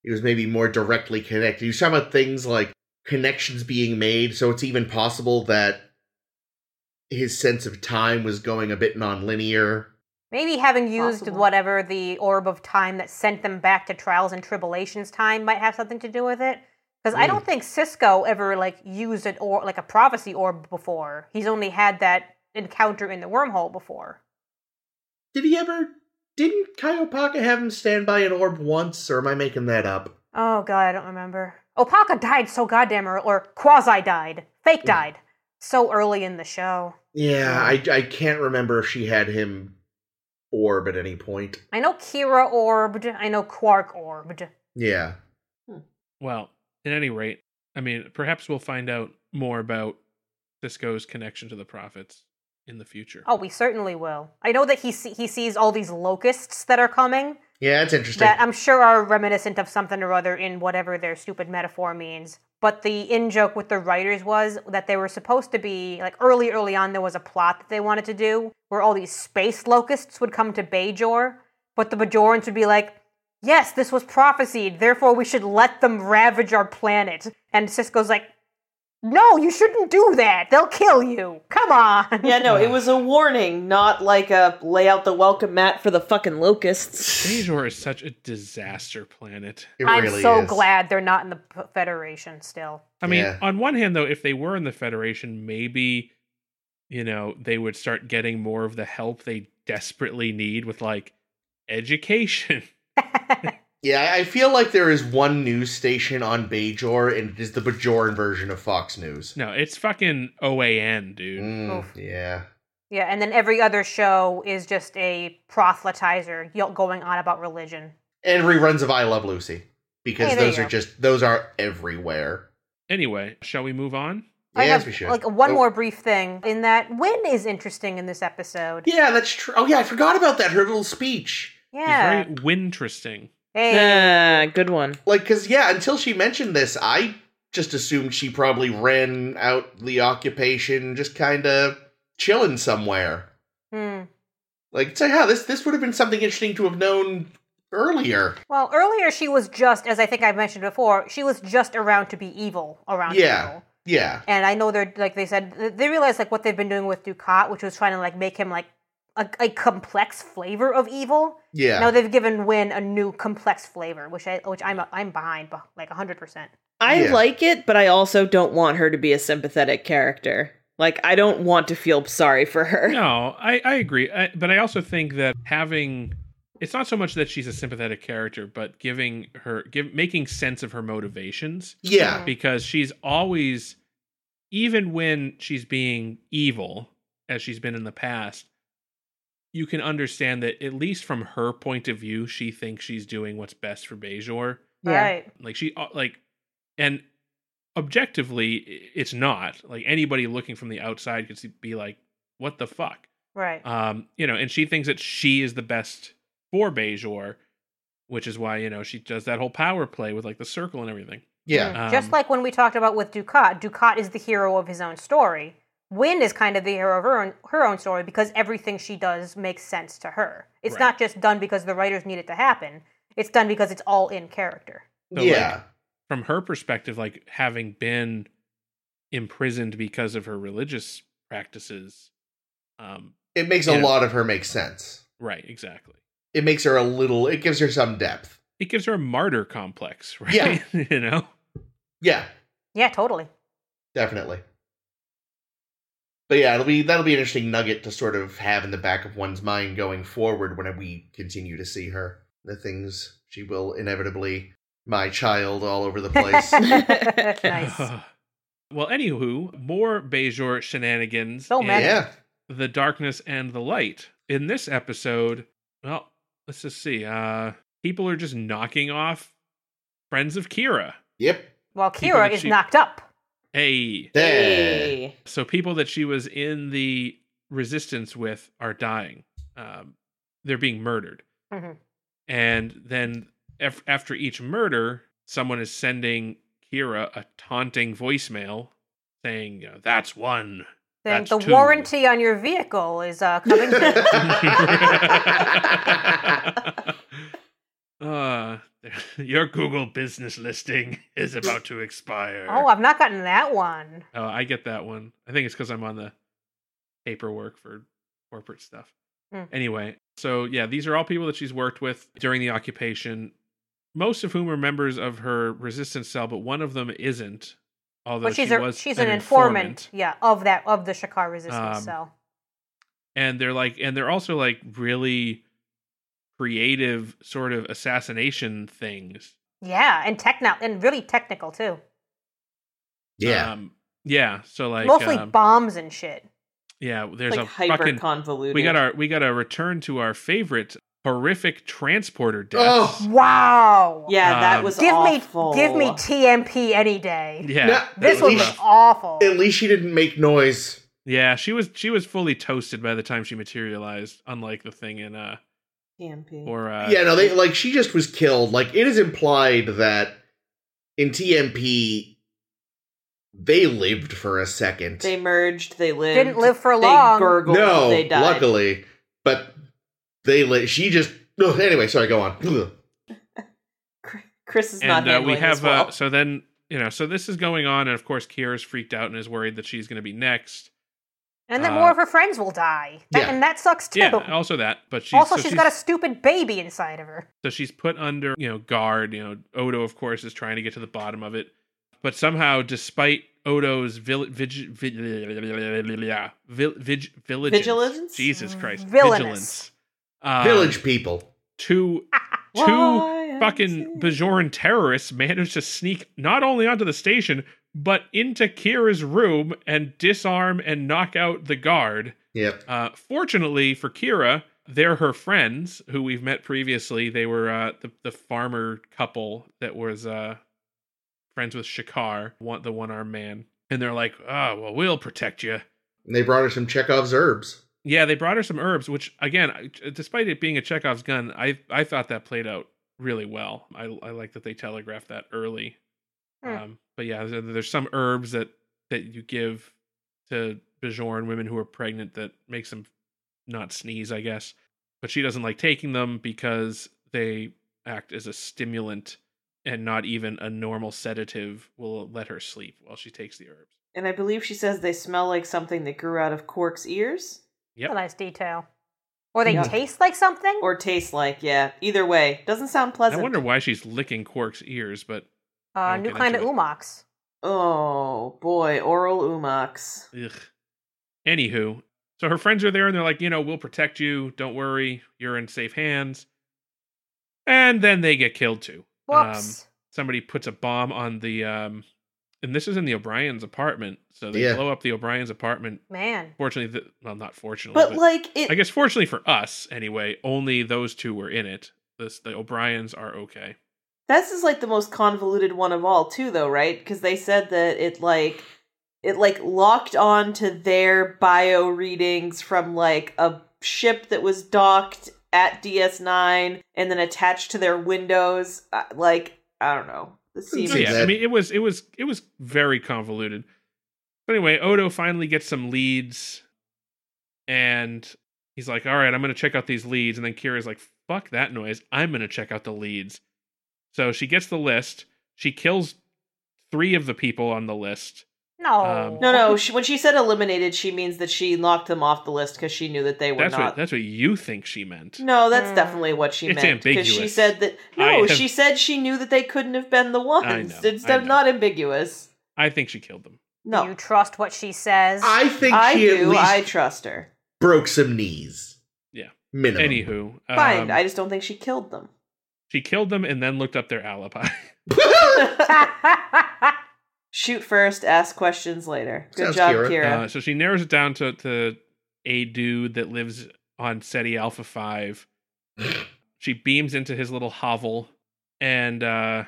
S4: it was maybe more directly connected. You was talking about things like connections being made, so it's even possible that his sense of time was going a bit nonlinear.
S2: Maybe having used
S3: Possible.
S2: whatever the orb of time that sent them back to trials and tribulations time might have something to do with it. Because I
S4: Mm.
S2: don't think Cisco ever like used an or like a prophecy orb before. He's only had that encounter in the wormhole before.
S4: Did he ever didn't Kaiopaka have him stand by an orb once, or am I making that up?
S2: Oh god, I don't remember. Opaka died so goddamn early, or quasi died, fake
S4: Yeah.
S2: died. so early in the show.
S4: Yeah, I
S2: Mm.
S4: I can't remember if she had him orb at any point.
S2: I know Kira orbed. I know Quark orbed.
S4: Yeah.
S1: Well, at any rate, I mean, perhaps we'll find out more about Cisco's connection to the prophets in the future.
S2: Oh, we certainly will. I know that he see- he sees all these locusts that are coming
S4: Yeah, it's interesting.
S2: that um, I'm sure are reminiscent of something or other in whatever their stupid metaphor means. But the in joke with the writers was that they were supposed to be like early, early on. There was a plot that they wanted to do where all these space locusts would come to Bajor, but the Bajorans would be like, "Yes, this was prophesied. Therefore, we should let them ravage our planet." And Cisco's like, "No, you shouldn't do that. They'll kill you. Come on."
S3: Yeah, no, it was a warning, not like a lay out the welcome mat for the fucking locusts.
S1: Bajor is such a disaster planet.
S4: It
S2: I'm
S4: really
S2: so
S4: is.
S2: glad they're not in the P- Federation still.
S1: I mean,
S4: Yeah.
S1: on one hand, though, if they were in the Federation, maybe, you know, they would start getting more of the help they desperately need with like education.
S4: Yeah, I- I feel like there is one news station on Bajor, and it is the Bajoran version of Fox News.
S1: no, it's fucking OAN, dude.
S4: Mm,
S2: Oof.
S4: yeah.
S2: Yeah, and then every other show is just a proselytizer y- going on about religion.
S4: And reruns of I Love Lucy because
S2: Hey, there
S4: those
S2: you
S4: are
S2: go.
S4: just those are everywhere.
S1: Anyway, shall we move on?
S2: I
S4: yes,
S2: have,
S4: we should.
S2: Like one
S4: Oh,
S2: more brief thing in that Wynn is interesting in this episode.
S4: Yeah, that's true. Oh yeah, I forgot about that her little speech.
S2: Yeah.
S1: He's very interesting.
S2: Hey.
S3: Ah, good one.
S4: Like, cause yeah, until she mentioned this, I just assumed she probably ran out the occupation, just kind of chilling somewhere.
S2: Hmm.
S4: Like, so yeah, this this would have been something interesting to have known earlier.
S2: Well, earlier she was just, as I think I've mentioned before, she was just around to be evil around
S4: Yeah.
S2: people.
S4: Yeah,
S2: And I know they're like they said they realized like what they've been doing with Ducat, which was trying to like make him like a, a complex flavor of evil.
S4: yeah.
S2: Now they've given Wynn a new complex flavor, which I which I'm I'm behind beh- like hundred percent.
S3: I
S4: Yeah.
S3: like it, but I also don't want her to be a sympathetic character. Like, I don't want to feel sorry for her.
S1: No, I, I agree. I, but I also think that having it's not so much that she's a sympathetic character, but giving her give making sense of her motivations
S2: mm-hmm.
S4: yeah.
S1: because she's always even when she's being evil as she's been in the past you can understand that at least from her point of view she thinks she's doing what's best for Bejor
S2: Right.
S1: like she uh, like and objectively i- it's not like anybody looking from the outside could see- be like what the fuck
S2: Right.
S1: um, you know, and she thinks that she is the best for Bejor, which is why you know she does that whole power play with like the circle and everything.
S4: Yeah.
S2: Mm. Just
S1: Um,
S2: like when we talked about with Ducat, Ducat is the hero of his own story. Wynn is kind of the hero of her own, her own story because everything she does makes sense to her. It's
S1: Right.
S2: not just done because the writers need it to happen. It's done because it's all in character.
S1: So,
S4: yeah.
S1: like, from her perspective, like having been imprisoned because of her religious practices. Um,
S4: it makes
S1: you
S4: a
S1: know.
S4: lot of her make sense.
S1: right, exactly.
S4: It makes her a little it gives her some depth.
S1: It gives her a martyr complex, right?
S4: Yeah.
S1: you know.
S4: Yeah,
S2: Yeah, totally.
S4: definitely. But yeah, it'll be that'll be an interesting nugget to sort of have in the back of one's mind going forward when we continue to see her. The things she will inevitably my child all over the place.
S2: nice.
S1: well, anywho, more Bejor shenanigans.
S2: So
S1: in-
S2: many.
S4: yeah.
S1: the darkness and the light in this episode well let's just see uh people are just knocking off friends of kira
S4: Yep.
S2: Well,
S1: People
S2: Kira
S1: that
S2: is
S1: she-
S2: knocked up.
S1: hey
S4: There.
S3: Hey.
S1: so people that she was in the resistance with are dying um, they're being murdered
S2: Mhm.
S1: and then af- after each murder someone is sending kira a taunting voicemail saying you know, that's one
S2: Then
S1: That's
S2: the
S1: two.
S2: warranty on your vehicle is uh, coming due.
S1: uh, your Google business listing is about to expire.
S2: oh, I've not gotten that one.
S1: Oh, I get that one. I think it's because I'm on the paperwork for corporate stuff.
S2: Mm.
S1: Anyway, so yeah, these are all people that she's worked with during the occupation, most of whom are members of her resistance cell, but one of them isn't. Although
S2: But she's
S1: she
S2: a,
S1: was
S2: she's
S1: an,
S2: an, informant. Yeah, of that of the Shakar resistance.
S1: Um,
S2: so
S1: and they're like and they're also like really creative sort of assassination things
S2: yeah, and techno and really technical too.
S4: Yeah.
S1: um, Yeah, so like
S2: Mostly
S1: um,
S2: bombs and shit.
S1: yeah, there's
S3: Like
S1: a
S3: hyper
S1: fucking
S3: convoluted.
S1: we got our we got a return to our favorite horrific transporter death.
S4: Oh,
S2: Wow.
S3: Yeah,
S1: Um,
S3: that was
S2: Give
S3: awful.
S2: me give me TMP any day.
S1: Yeah.
S4: No,
S2: This
S1: it
S2: one
S1: was
S2: was
S1: rough.
S2: awful.
S4: at least she didn't make noise.
S1: Yeah, she was she was fully toasted by the time she materialized, unlike the thing in uh
S3: TMP.
S1: or uh
S4: yeah, no, they like she just was killed. Like it is implied that in TMP they lived for a second.
S3: They merged. They lived.
S2: Didn't live for
S3: they
S2: long.
S3: Gurgled,
S4: no,
S3: they died.
S4: luckily, but they li- she just ugh, anyway. Sorry, go on. Ugh.
S3: Chris is not
S1: and uh,
S3: handling
S1: we have
S3: this well.
S1: uh, so then you know so this is going on and of course Kira's freaked out and is worried that she's going to be next.
S2: and that
S1: uh,
S2: more of her friends will die. That-
S4: Yeah.
S2: And that sucks too.
S1: Yeah, also that, but she's
S2: also,
S1: so
S2: she's got a stupid baby inside of her.
S1: So she's put under, you know, guard. You know, Odo, of course, is trying to get to the bottom of it. But somehow, despite Odo's vil- vig- vil- vil- vig- vigilance,
S3: Vigilance?
S1: Jesus Christ,
S2: Villainous.
S1: vigilance, uh,
S4: Village people.
S1: two two
S3: Why
S1: fucking
S3: is it-
S1: Bajoran terrorists managed to sneak not only onto the station but into Kira's room and disarm and knock out the guard.
S4: Yep.
S1: Uh, fortunately for Kira, they're her friends who we've met previously. They were uh, the the farmer couple that was uh, friends with Shakar, one, the one armed man, and they're like, "Oh, well, we'll protect you."
S4: And they brought her some Chekhov's herbs.
S1: Yeah, they brought her some herbs, which again, I- despite it being a Chekhov's gun, I I thought that played out really well. I I like that they telegraphed that early.
S2: Hmm.
S1: Um, but yeah, there- there's some herbs that that you give to Bajoran women who are pregnant that makes them not sneeze, I guess. But she doesn't like taking them because they act as a stimulant, and not even a normal sedative will let her sleep while she takes the herbs.
S3: And I believe she says they smell like something that grew out of Cork's ears
S1: Yep.
S2: A nice detail. Or they
S1: Yeah.
S2: taste like something.
S3: or taste like. Yeah, either way, doesn't sound pleasant.
S1: I wonder why she's licking Quark's ears, but
S2: uh,
S1: don't
S2: new
S1: get
S2: kind of
S1: into it.
S2: umox.
S3: Oh boy, oral umox.
S1: Ugh. Anywho, so her friends are there and they're like, you know, we'll protect you. Don't worry. You're in safe hands. And then they get killed too.
S2: Whoops.
S1: Somebody puts a bomb on the, um, and this is in the O'Brien's apartment. So they
S4: Yeah.
S1: blow up the O'Brien's apartment.
S2: Man.
S1: Fortunately, the, well, not fortunately,
S3: But
S1: but,
S3: like it,
S1: I guess fortunately for us anyway, only those two were in it. This, the O'Briens are okay.
S3: This is like the most convoluted one of all, too, though, right? Because they said that it like it like locked on to their bio readings from like a ship that was docked at DS9 and then attached to their windows. Uh, like I don't know. This seems
S1: So, yeah,
S4: that-
S1: I mean, it was it was it was very convoluted. But anyway, Odo finally gets some leads, and he's like, "All right, I'm going to check out these leads." And then Kira's like, "Fuck that noise! I'm going to check out the leads." So she gets the list. She kills three of the people on the list.
S2: No.
S1: Um,
S3: no, no. She, when she said eliminated, she means that she knocked them off the list because she knew that they were
S1: That's
S3: not.
S1: what that's what you think she meant.
S3: no, that's
S2: Mm.
S3: definitely what she
S1: It's
S3: meant. Because she
S1: ambiguous.
S3: said that
S1: I
S3: no,
S1: have-
S3: she said she knew that they couldn't have been the ones.
S1: know,
S3: It's
S1: I know.
S3: not ambiguous.
S1: I think she killed them.
S3: No,
S2: You trust what she says.
S4: I think
S3: I
S4: she at
S3: do.
S4: least
S3: I trust her.
S4: broke some knees.
S1: Yeah.
S4: Minimum.
S1: Anywho, um,
S3: Fine. I just don't think she killed them.
S1: she killed them and then looked up their alibi.
S3: Shoot first, ask questions later. Good
S4: Sounds
S3: job,
S4: Kira.
S3: Kira.
S1: Uh, so she narrows it down to, to a dude that lives on SETI Alpha 5. she beams into his little hovel, and uh,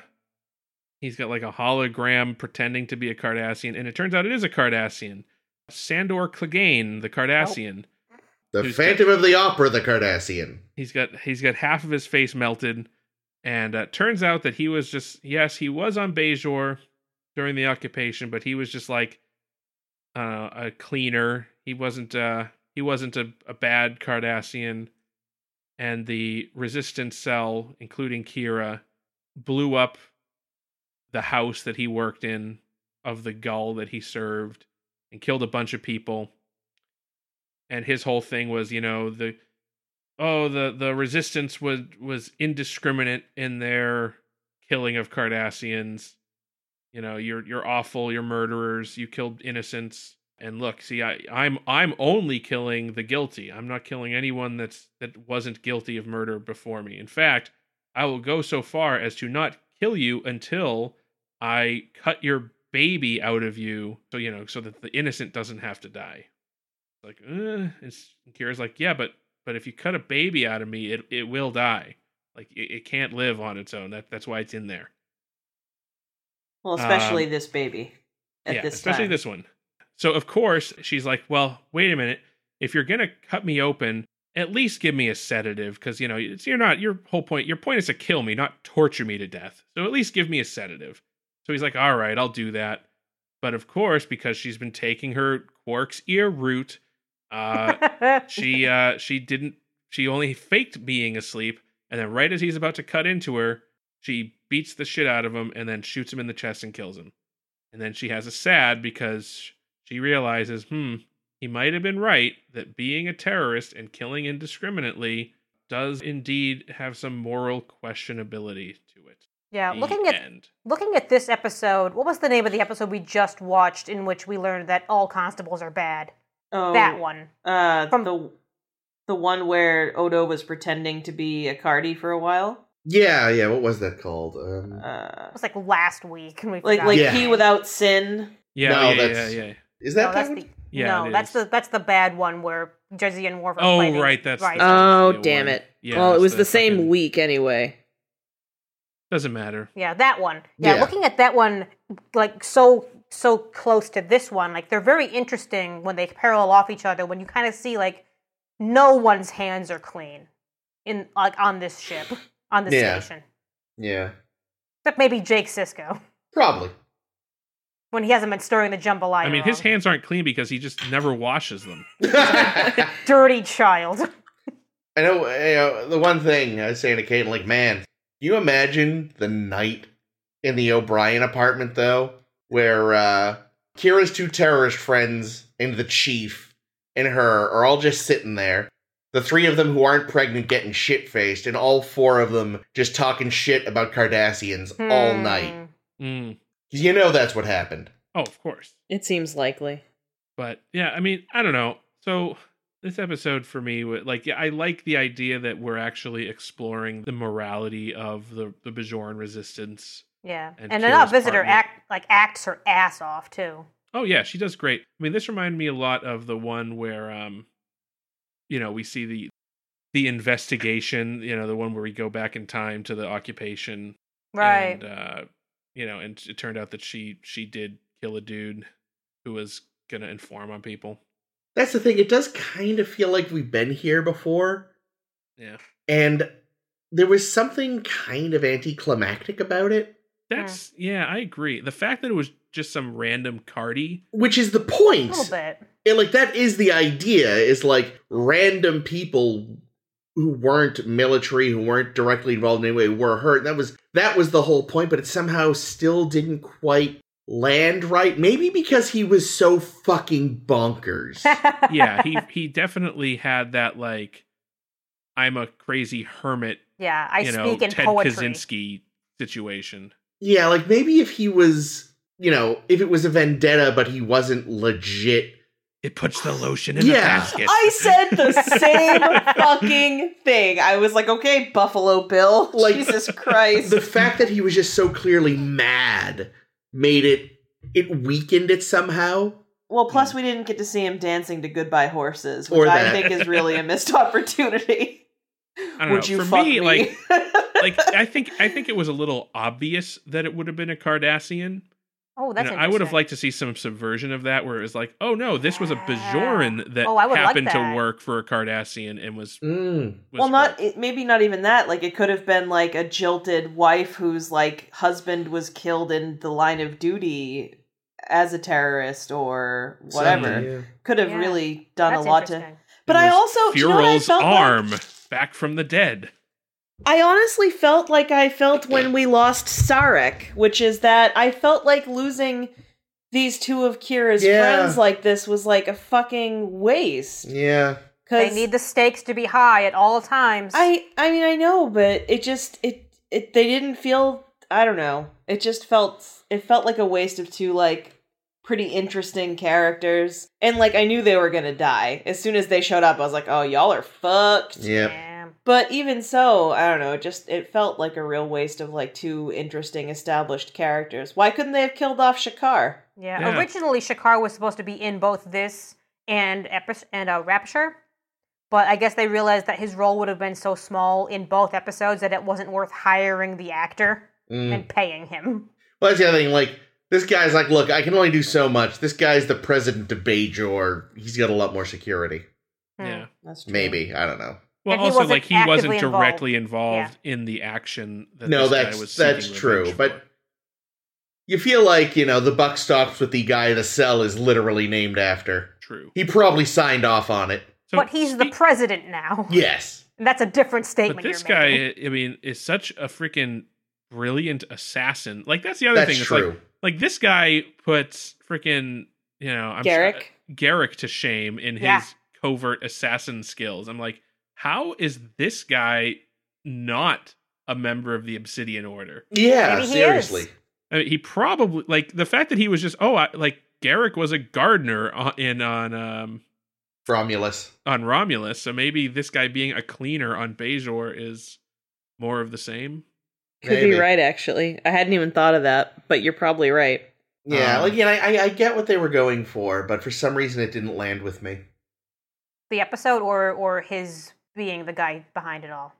S1: he's got like a hologram pretending to be a Cardassian. And it turns out it is a Cardassian. Sandor Clegane, the Cardassian.
S4: the
S1: Who's
S4: Phantom of the Opera, the Cardassian.
S1: He's got he's got half of his face melted, and uh, turns out that he was just yes he was on Bejor during the occupation, but he was just like uh, a cleaner. He wasn't uh, he wasn't a, a bad Cardassian, and the resistance cell, including Kira, blew up the house that he worked in of the gull that he served and killed a bunch of people. And his whole thing was, you know, the oh the the resistance was was indiscriminate in their killing of cardassians you know you're you're awful you're murderers you killed innocents and look see i i'm i'm only killing the guilty i'm not killing anyone that's that wasn't guilty of murder before me in fact i will go so far as to not kill you until i cut your baby out of you, so you know, so that the innocent doesn't have to die. Like, uh, it's and Kira's like, yeah, but but if you cut a baby out of me, it it will die. Like it, it can't live on its own. That that's why it's in there.
S3: Well, especially this baby at
S1: um, yeah,
S3: this
S1: especially
S3: time.
S1: this one. So of course she's like, well, wait a minute. If you're gonna cut me open, at least give me a sedative, because you know it's, you're not your whole point. Your point is to kill me, not torture me to death. So at least give me a sedative. So he's like, all right, I'll do that. But of course, because she's been taking her quark's ear root, uh, she uh she didn't she only faked being asleep and then right as he's about to cut into her she beats the shit out of him and then shoots him in the chest and kills him and then she has a sad because she realizes hmm he might have been right that being a terrorist and killing indiscriminately does indeed have some moral questionability to it
S5: Uh,
S2: yeah,
S1: The
S2: looking at
S1: end.
S2: looking at this episode, what was the name of the episode we just watched in which we learned that all constables are bad?
S3: oh,
S2: that one.
S3: Uh,
S2: From-
S3: the the one where Odo was pretending to be a Cardi for a while.
S4: Yeah, yeah. What was that called? Um,
S3: Uh,
S2: It was like last week, and we
S3: like
S2: forgot.
S3: like
S4: Yeah.
S3: he without sin.
S1: yeah
S4: No,
S1: yeah,
S4: that's-
S1: yeah yeah
S4: is
S2: no,
S4: that
S2: that's
S4: that
S2: the
S4: one?
S1: Yeah,
S2: no,
S1: it
S2: that's
S1: is.
S2: the that's the bad one where Jersey and Worf are
S1: oh
S2: fighting.
S1: right that's
S2: right.
S1: the-
S5: Oh,
S1: the one.
S5: damn it.
S1: Yeah,
S5: well, it
S1: that's
S5: was the same
S1: fucking-
S5: week anyway.
S1: doesn't matter
S2: Yeah, that one. Yeah,
S4: Yeah.
S2: looking at that one, like so so close to this one, like they're very interesting when they parallel off each other. When you kind of see like no one's hands are clean in like on this ship on this
S4: Yeah.
S2: station,
S4: Yeah,
S2: except maybe Jake Sisko
S4: probably.
S2: when he hasn't been stirring the jambalaya.
S1: i mean his
S2: wrong.
S1: hands aren't clean because he just never washes them
S4: I
S2: dirty child.
S4: know, you know. The one thing I was saying to Kate, like, man, can you imagine the night in the O'Brien apartment though, where uh, Kira's two terrorist friends and the chief and her are all just sitting there. The three of them who aren't pregnant getting shit faced, and all four of them just talking shit about Cardassians all
S2: Hmm.
S4: night.
S1: Mm.
S4: You know that's what happened.
S1: oh of course
S5: It seems likely.
S1: but yeah i mean i don't know so this episode for me wa- like yeah, i like the idea that we're actually exploring the morality of the the bajoran resistance
S2: Yeah,
S1: And
S2: and, another
S1: Kira's
S2: visitor
S1: partner.
S2: act like acts her ass off too.
S1: oh yeah she does great i mean this reminded me a lot of the one where um you know we see the the investigation you know the one where we go back in time to the occupation
S2: Right.
S1: and, uh you know and it turned out that she she did kill a dude who was gonna inform on people
S4: That's the thing. It does kind of feel like we've been here before,
S1: yeah
S4: and there was something kind of anticlimactic about it,
S1: That's yeah, I agree. The fact that it was just some random Cardi,
S4: which is the
S2: a
S4: point.
S2: little bit.
S4: And, like that is the idea is like random people who weren't military, who weren't directly involved in any way, were hurt. That was that was the whole point, but it somehow still didn't quite land right. Maybe because he was so fucking bonkers.
S1: yeah, he he definitely had that like I'm a crazy hermit,
S2: yeah, I
S1: you
S2: speak
S1: know,
S2: in
S1: Ted
S2: poetry.
S1: Kaczynski situation.
S4: Yeah, like maybe if he was, you know, if it was a vendetta, but he wasn't legit.
S1: It puts the lotion
S4: in the Yeah.
S1: basket.
S3: I said the same fucking thing. I was like, okay, Buffalo Bill.
S4: Like-
S3: Jesus Christ.
S4: The fact that he was just so clearly mad made it, it weakened it somehow.
S3: well, plus we didn't get to see him dancing to Goodbye Horses,
S4: Or
S3: which I
S4: that.
S3: think is really a missed opportunity.
S1: I don't
S3: Would
S1: know.
S3: you
S1: For
S3: fuck
S1: me,
S3: me?
S1: like- like I think I think it was a little obvious that it would have been a Cardassian.
S2: Oh,
S1: You
S2: that's
S1: know, I would have
S2: interesting.
S1: liked to see some subversion of that where it was like, oh no, this was a
S2: Yeah.
S1: Bajoran that
S2: Oh, I would like
S1: happened to
S2: that.
S1: work for a Cardassian and was,
S4: Mm.
S1: was
S3: well,
S1: hurt.
S3: not it, maybe not even that. Like it could have been like a jilted wife whose like husband was killed in the line of duty as a terrorist or whatever.
S4: Something, yeah.
S3: Could have
S2: Yeah.
S3: really done
S2: That's
S3: a lot to.
S2: interesting.
S3: But
S1: It
S3: I
S1: was
S3: also do you know what I
S1: Fural's
S3: felt like?
S1: arm back from the dead.
S3: I honestly felt like I felt when we lost Sarek, which is that I felt like losing these two of Kira's
S4: Yeah.
S3: friends like this was like a fucking waste.
S4: Yeah.
S2: They
S3: Because
S2: need the stakes to be high at all times.
S3: I, I mean, I know, but it just it it they didn't feel. I don't know. It just felt it felt like a waste of two like pretty interesting characters, and like I knew they were gonna die as soon as they showed up. I was like, oh, y'all are fucked.
S4: Yep.
S2: Yeah.
S3: But even so, I don't know, it just it felt like a real waste of like two interesting established characters. Why couldn't they have killed off Shakar?
S2: Yeah.
S1: Yeah.
S2: Originally, Shakar was supposed to be in both this and Epis- and uh, Rapture, but I guess they realized that his role would have been so small in both episodes that it wasn't worth hiring the actor
S4: Mm.
S2: and paying him.
S4: Well, that's the other thing. Like this guy's like, look, I can only do so much. This guy's the president of Bajor. He's got a lot more security.
S2: Hmm.
S1: Yeah.
S3: That's true.
S4: Maybe I don't know.
S1: Well,
S2: And he
S1: also
S2: wasn't
S1: like he wasn't
S2: actively
S1: directly involved in the action. That
S4: No,
S1: this guy
S4: that's-
S1: was
S4: that's
S1: seeking
S4: true,
S1: revenge
S4: but-
S1: for.
S4: You feel like you know the buck stops with the guy the cell is literally named after.
S1: true.
S4: He probably signed off on it.
S1: So
S2: but he's the
S1: speak-
S2: president now.
S4: Yes.
S2: And that's a different
S1: but
S2: statement.
S1: this
S2: you're making.
S1: guy. I mean, is such a freaking brilliant assassin. Like that's the other
S4: That's
S1: thing. It's like-
S4: true.
S1: Like, this guy puts freaking you know I'm
S3: Garrick.
S1: Garrick to shame in his
S2: Yeah.
S1: covert assassin skills. I'm like, how is this guy not a member of the Obsidian Order?
S4: yeah,
S2: Maybe he
S4: seriously.
S2: is.
S1: I mean, he probably like the fact that he was just oh I, like Garrick was a gardener on, in on um
S4: Romulus.
S1: on Romulus, so maybe this guy being a cleaner on Bajor is more of the same.
S3: Could
S4: Maybe.
S3: be right, actually. I hadn't even thought of that, but you're probably right.
S4: Yeah,
S1: Um,
S4: like you know, I, I- I get what they were going for, but for some reason it didn't land with me.
S2: the episode, or or his being the guy behind it all.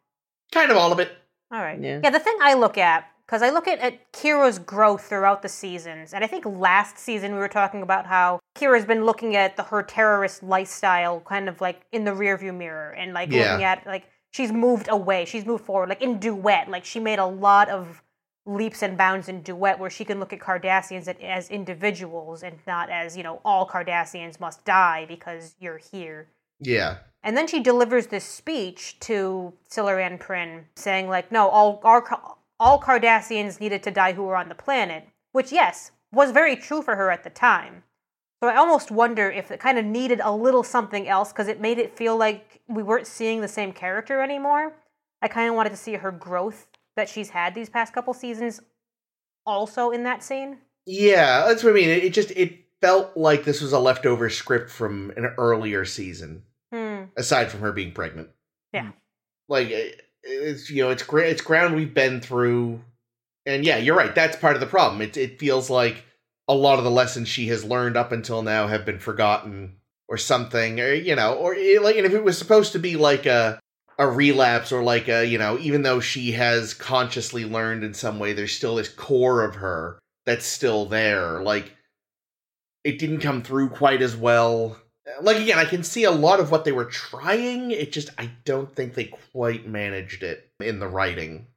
S4: Kind of all of it.
S2: All right.
S3: Yeah.
S2: Yeah. the thing I look at, because I look at, at Kira's growth throughout the seasons, and I think last season we were talking about how Kira's been looking at the, her terrorist lifestyle kind of like in the rearview mirror and like
S4: Yeah.
S2: looking at, like, she's moved away, she's moved forward. Like in Duet, like she made a lot of leaps and bounds in Duet where she can look at Cardassians at- as individuals and not as, you know, all Cardassians must die because you're here.
S4: Yeah.
S2: And then she delivers this speech to Siloran Prin, saying like, "No, all our, all Cardassians needed to die who were on the planet," which yes was very true for her at the time. So I almost wonder if it kind of needed a little something else because it made it feel like we weren't seeing the same character anymore. I kind of wanted to see her growth that she's had these past couple seasons, also in that scene.
S4: Yeah, that's what I mean. It, it just it felt like this was a leftover script from an earlier season,
S2: Hmm.
S4: aside from her being pregnant.
S2: Yeah.
S4: Like it, it's you know it's gra- it's ground we've been through, and yeah, you're right. That's part of the problem. It it feels like a lot of the lessons she has learned up until now have been forgotten or something, or you know, or it, like and if it was supposed to be like a a relapse or like a you know even though she has consciously learned in some way there's still this core of her that's still there. Like it didn't come through quite as well. Like again, I can see a lot of what they were trying. It just I don't think they quite managed it in the writing.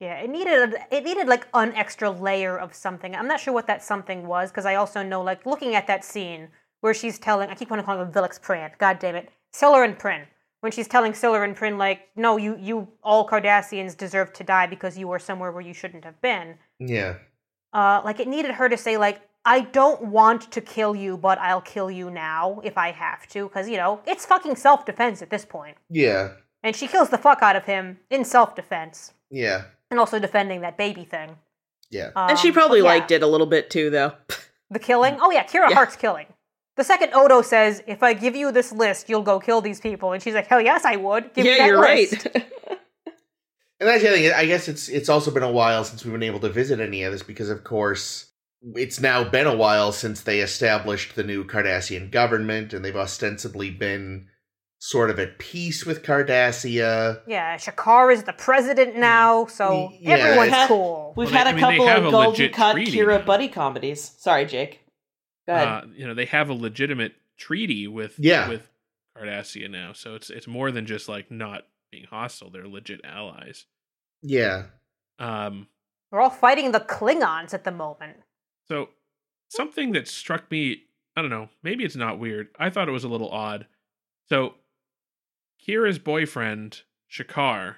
S2: Yeah, it needed it needed like an extra layer of something. I'm not sure what that something was because I also know like looking at that scene where she's telling I keep wanting to call him Vilix Pran. God damn it, Siller and Prin. When she's telling Siller and Prin like, no, you you all Cardassians deserve to die because you were somewhere where you shouldn't have been.
S4: Yeah.
S2: Uh, like it needed her to say like, I don't want to kill you, but I'll kill you now if I have to, because you know it's fucking self defense at this point.
S4: Yeah.
S2: And she kills the fuck out of him in self defense
S4: Yeah.
S2: and also defending that baby thing.
S4: Yeah.
S2: Um,
S3: and she probably
S2: but yeah,
S3: liked it a little bit too, though.
S2: The killing? Oh, yeah, Kira
S3: Yeah.
S2: Hart's killing. The second Odo says, If I give you this list, you'll go kill these people. And she's like, Hell yes, I would. Give me
S3: yeah,
S2: that
S3: you're
S2: list.
S3: right.
S4: And that's the other thing. I guess it's it's also been a while since we've been able to visit any of this because, of course, it's now been a while since they established the new Cardassian government, and they've ostensibly been sort of at peace with Cardassia.
S2: Yeah, Shakar is the president now, so
S4: Mm. Y- yeah.
S2: everyone's
S3: Yeah.
S2: cool.
S3: We've
S1: Well,
S3: had
S1: they-
S3: a
S1: I mean, they
S3: couple
S1: have
S3: of
S1: a
S3: golden
S1: legit
S3: cut
S1: treaty
S3: Kira
S1: now.
S3: buddy comedies. Sorry, Jake. Go ahead.
S1: Uh, you know, they have a legitimate treaty with
S4: Yeah.
S1: with Cardassia now, so it's it's more than just like not being hostile. They're legit allies.
S4: Yeah.
S1: Um,
S2: We're all fighting the Klingons at the moment.
S1: So something that struck me, I don't know, maybe it's not weird. I thought it was a little odd. So Kira's boyfriend, Shakar,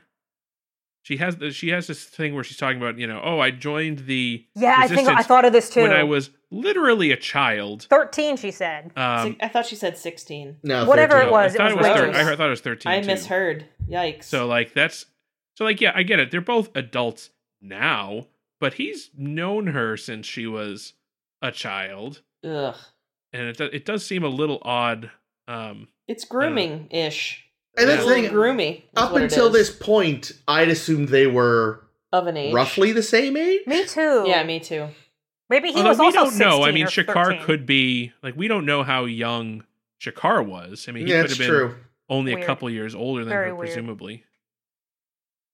S1: she has the, she has this thing where she's talking about, you know, oh, I joined the
S2: Yeah, I think I
S1: Resistance
S2: thought of this too.
S1: when I was literally a child.
S2: 13, she said.
S1: Um,
S3: I thought she said 16.
S4: No. oh-
S2: Whatever
S1: no,
S2: it was,
S1: I thought it was,
S2: way
S1: thir-
S3: worse.
S1: I heard- thought it was 13.
S3: I
S1: too.
S3: misheard. Yikes.
S1: So like that's so like yeah, I get it. They're both adults now, but he's known her since she was a child,
S3: Ugh.
S1: and it do- it does seem a little odd um
S3: It's grooming ish.
S4: And that's
S3: a
S4: the
S3: little
S4: thing.
S3: groomy. is
S4: Up
S3: what it
S4: until
S3: is.
S4: this point, I'd assumed they were
S3: of an age,
S4: roughly the same age.
S2: Me too.
S3: Yeah, me too.
S2: Maybe he
S1: Although
S2: was
S1: we
S2: also
S1: don't know. I
S2: 16
S1: mean,
S2: or
S1: Shakar
S2: 13.
S1: could be like we don't know how young Shakar was. I mean, he
S4: yeah,
S1: could
S4: it's
S1: have been
S4: true.
S1: only a
S2: Weird.
S1: couple years older than
S2: Very
S1: her,
S2: weird.
S1: presumably.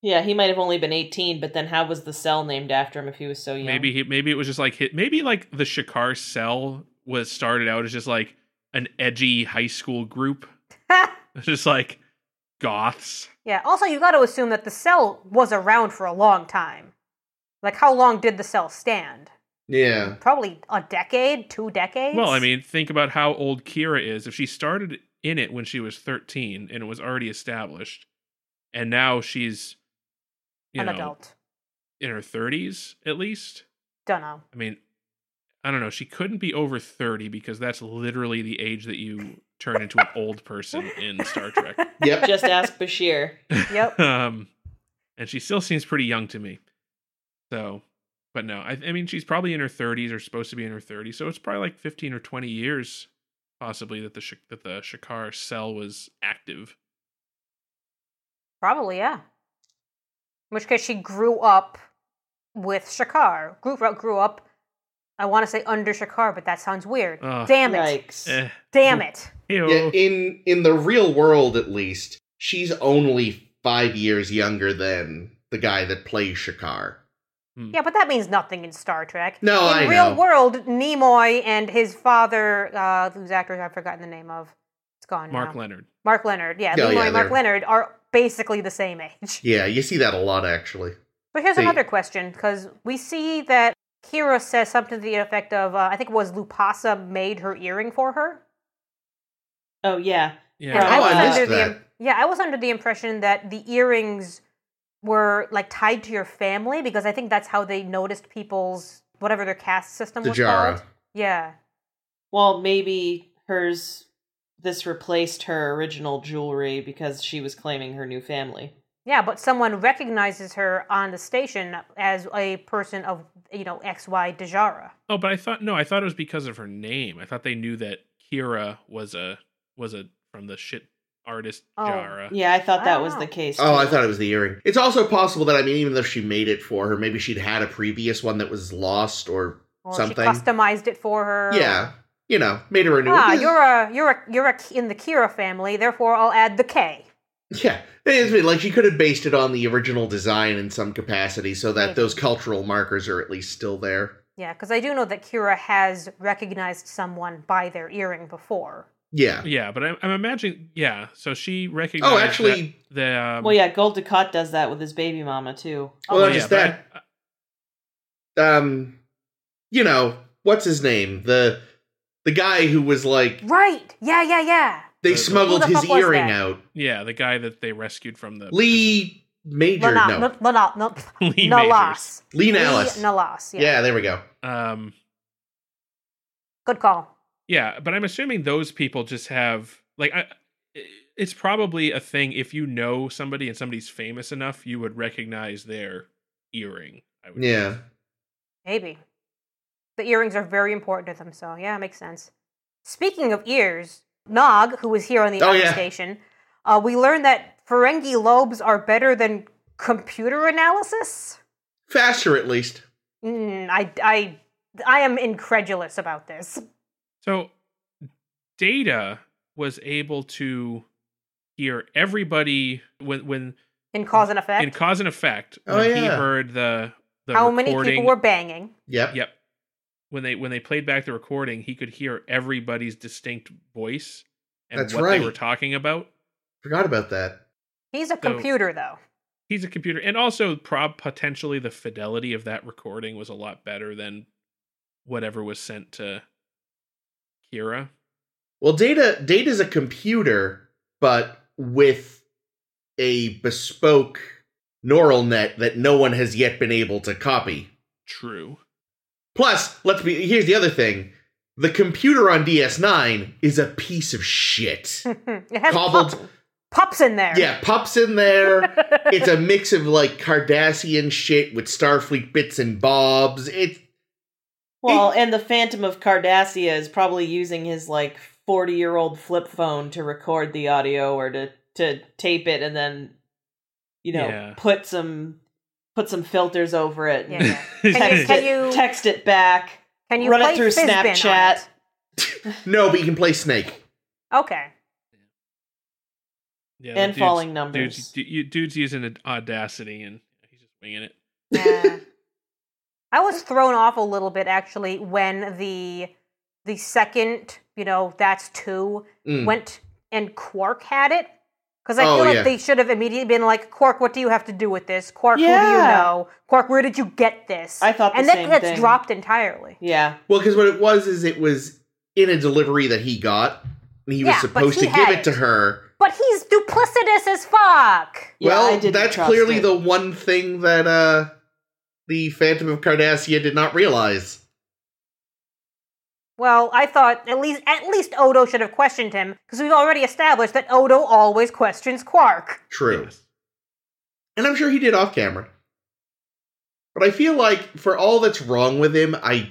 S3: Yeah, he might have only been eighteen, but then how was the cell named after him if he was so young?
S1: Maybe he, maybe it was just like hit. Maybe like the Shakar cell was started out as just like an edgy high school group, just like goths.
S2: yeah. Also, you got to assume that the cell was around for a long time. Like, how long did the cell stand?
S4: Yeah.
S2: Probably a decade, two decades.
S1: Well, I mean, think about how old Kira is. If she started in it when she was 13 and it was already established, and now she's, you
S2: an
S1: know,
S2: adult.
S1: in her 30s at least.
S2: Don't know.
S1: I mean, I don't know. She couldn't be over 30 because that's literally the age that you turn into an old person in Star Trek.
S4: Yep.
S3: Just ask Bashir.
S2: Yep.
S1: Um, and she still seems pretty young to me. So, but no, I, I mean, she's probably in her 30s or supposed to be in her 30s. So it's probably like 15 or 20 years, possibly, that the Sh- that the Shakar cell was active.
S2: Probably, yeah. In which case, she grew up with Shakar. Grew, grew up, I want to say under Shakar, but that sounds weird.
S1: Ugh.
S2: Damn it.
S3: Yikes.
S1: Eh,
S2: Damn it.
S1: ew.
S4: yeah. In in the real world, at least, she's only five years younger than the guy that plays Shakar.
S2: Yeah, but that means nothing in Star Trek.
S4: No,
S2: in
S4: I
S2: real
S4: know.
S2: world, Nimoy and his father, uh, whose actor I've forgotten the name of, it's gone.
S1: Mark
S2: now.
S1: Leonard.
S2: Mark Leonard. Yeah,
S4: Oh,
S2: Nimoy
S4: yeah,
S2: and Mark
S4: they're-
S2: Leonard are basically the same age.
S4: Yeah, you see that a lot actually.
S2: But here's
S4: They-
S2: another question, because we see that Kira says something to the effect of, uh, I think it was Lupasa made her earring for her.
S3: Oh yeah.
S2: And
S1: Yeah.
S4: Yeah.
S2: I
S4: Oh,
S2: was
S4: I missed
S2: under the
S4: that.
S2: im- yeah, I was under the impression that the earrings were like tied to your family because I think that's how they noticed people's whatever their caste system
S4: The
S2: was
S4: Jara.
S2: called. Yeah,
S3: Well, maybe hers this replaced her original jewelry because she was claiming her new family.
S2: yeah, but someone recognizes her on the station as a person of you know X Y Dejara.
S1: Oh, but I thought no, I thought it was because of her name. I thought they knew that Kira was a was a from the shit artist
S2: Oh,
S1: Jara.
S3: Yeah, I thought that
S2: I
S3: was
S2: don't
S3: the
S2: know.
S3: case.
S4: Oh, I
S3: too.
S4: thought it was the earring. It's also possible that I mean, even though she made it for her, maybe she'd had a previous one that was lost or
S2: Or
S4: Something.
S2: she customized it for her.
S4: yeah, you know, made her a new.
S2: Uh. Ah,
S4: this is-
S2: you're a you're a you're a, in the Kira family, therefore I'll add the K.
S4: Yeah, it's been like she could have based it on the original design in some capacity, so that
S2: Maybe.
S4: those cultural markers are at least still there.
S2: Yeah, because I do know that Kira has recognized someone by their earring before.
S4: Yeah.
S1: Yeah, but I'm, I'm imagining. Yeah, so she recognized.
S4: oh, actually,
S1: that the um,
S3: Well, yeah, Gold Ducat does that with his baby mama too.
S4: well,
S1: well,
S4: not
S1: yeah,
S4: just
S1: but I- uh,
S4: that. Um, you know, what's his name? The the guy who was like
S2: Right? Yeah, yeah, yeah.
S4: they
S1: Who the
S4: smuggled his
S2: fuck was
S4: earring
S2: that?
S4: out.
S1: Yeah, the guy that they rescued from the
S4: Lee Major,
S2: Lana-
S4: no,
S2: L- Lana- no,
S1: Lee Majors.
S2: Nalas.
S4: Lee
S2: Lee
S4: Nalas.
S2: Nalas,
S4: yeah.
S2: yeah.
S4: there we go.
S1: Um,
S2: Good call.
S1: yeah, but I'm assuming those people just have like I, it's probably a thing if you know somebody and somebody's famous enough, you would recognize their earring. I would
S4: Yeah,
S2: Maybe. The earrings are very important to them, so yeah, it makes sense. Speaking of ears, Nog, who was here on the
S4: Oh,
S2: other
S4: yeah.
S2: station, uh, we learned that Ferengi lobes are better than computer analysis?
S4: faster at least.
S2: Mm, I, I, I am incredulous about this.
S1: So Data was able to hear everybody when when
S2: In cause and effect,
S1: in cause and effect
S4: Oh,
S1: when he
S4: yeah.
S1: heard the the
S2: how many
S1: recording-
S2: people were banging?
S4: Yep.
S1: Yep. When they when they played back the recording, he could hear everybody's distinct voice and
S4: That's
S1: what
S4: right.
S1: they were talking about.
S4: Forgot about that.
S2: He's a
S1: So-
S2: computer, though.
S1: He's a computer, and also prob potentially the fidelity of that recording was a lot better than whatever was sent to Kira.
S4: Well, data data's a computer, but with a bespoke neural net that no one has yet been able to copy.
S1: True.
S4: Plus, let's be here's the other thing. The computer on DS9 is a piece of shit.
S2: it has
S4: Cobbled
S2: pups, pups in there.
S4: Yeah, pups in there. it's a mix of like Cardassian shit with Starfleet bits and bobs. It
S3: Well, and the Phantom of Cardassia is probably using his like forty year old flip phone to record the audio or to to tape it and then you know
S1: Yeah.
S3: put some put some filters over it.
S2: Yeah,
S3: and
S2: yeah. Can you-
S3: Text,
S2: can
S3: it,
S2: you-
S3: text it back.
S2: Can you
S3: Run it
S2: play
S3: through
S2: Fizbin on
S3: Snapchat.
S2: it?
S4: No, but you can play Snake.
S2: Okay.
S1: Yeah,
S3: And
S1: the dude's-
S3: falling numbers.
S1: Dude's, du- you- dude's using Audacity and he's just winging it.
S2: Yeah. I was thrown off a little bit actually when the the second, you know, that's two
S3: Hmm.
S4: Mm.
S2: went and Quark had it. Because I
S4: Oh,
S2: feel like
S4: yeah.
S2: they should have immediately been like, Quark, what do you have to do with this? Quark, who do you
S3: Yeah.
S2: know? Quark, where did you get this?
S3: I thought the
S2: and that
S3: same
S2: gets
S3: thing.
S2: dropped entirely.
S3: Yeah.
S4: Well, because what it was is it was in a delivery that he got, and he was
S2: Yeah, but
S4: supposed
S2: he
S4: to give
S2: had
S4: it to
S2: it.
S4: her.
S2: But he's duplicitous as fuck.
S3: Yeah, I
S4: well,
S3: didn't
S4: that's
S3: trust
S4: clearly
S3: it.
S4: the one thing that uh the Phantom of Cardassia did not realize.
S2: Well, I thought at least at least Odo should have questioned him because we've already established that Odo always questions Quark.
S4: True.
S1: Yes.
S4: And I'm sure he did off camera. But I feel like for all that's wrong with him, I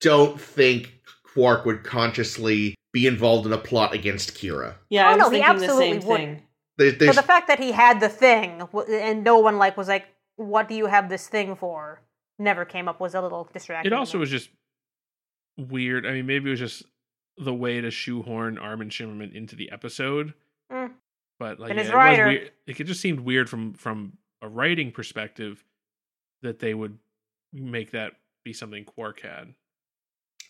S4: don't think Quark would consciously be involved in a plot against Kira.
S3: Yeah,
S2: Oh,
S3: I was
S2: no, he
S3: thinking
S2: absolutely
S3: the same
S2: wouldn't.
S3: thing.
S4: There,
S2: So
S4: there's,
S2: the fact that he had the thing w- and no one like was like, "What do you have this thing for?" never came up was a little distracting.
S1: It also was just weird. I mean, maybe it was just the way to shoehorn Armin Shimmerman into the episode.
S2: Mm.
S1: But like,
S2: And
S1: yeah,
S2: his
S1: it, was
S2: writer.
S1: weird. Like, it just seemed weird from from a writing perspective that they would make that be something Quark had.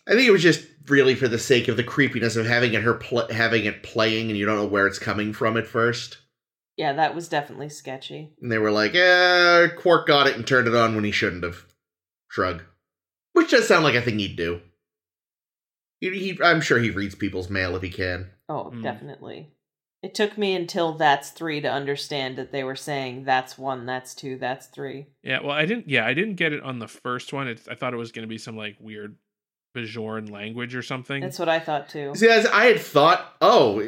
S4: I think it was just really for the sake of the creepiness of having it her pl- having it playing, and you don't know where it's coming from at first.
S3: Yeah, that was definitely sketchy.
S4: And they were like, eh, Quark got it and turned it on when he shouldn't have. Shrug. Which does sound like a thing he'd do. He, he, I'm sure he reads people's mail if he can.
S3: Oh,
S1: Mm.
S3: definitely. It took me until that's three to understand that they were saying that's one, that's two, that's three.
S1: Yeah. Well, I didn't. Yeah, I didn't get it on the first one. It's I thought it was going to be some like weird Bajoran language or something.
S3: That's what I thought too.
S4: See, as I had thought, oh,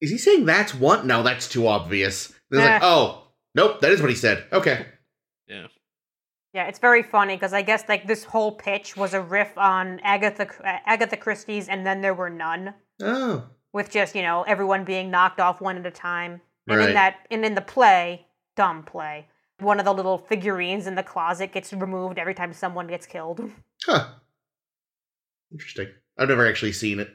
S4: is he saying that's one? No, that's too obvious. Then it's like,
S2: Ah.
S4: oh, nope, that is what he said. Okay.
S2: yeah, it's very funny because I guess like this whole pitch was a riff on Agatha uh, Agatha Christie's, and then there were none.
S4: Oh.
S2: with just you know everyone being knocked off one at a time and
S4: Right.
S2: in that and in the play dumb play one of the little figurines in the closet gets removed every time someone gets killed
S4: Huh. Interesting. I've never actually seen it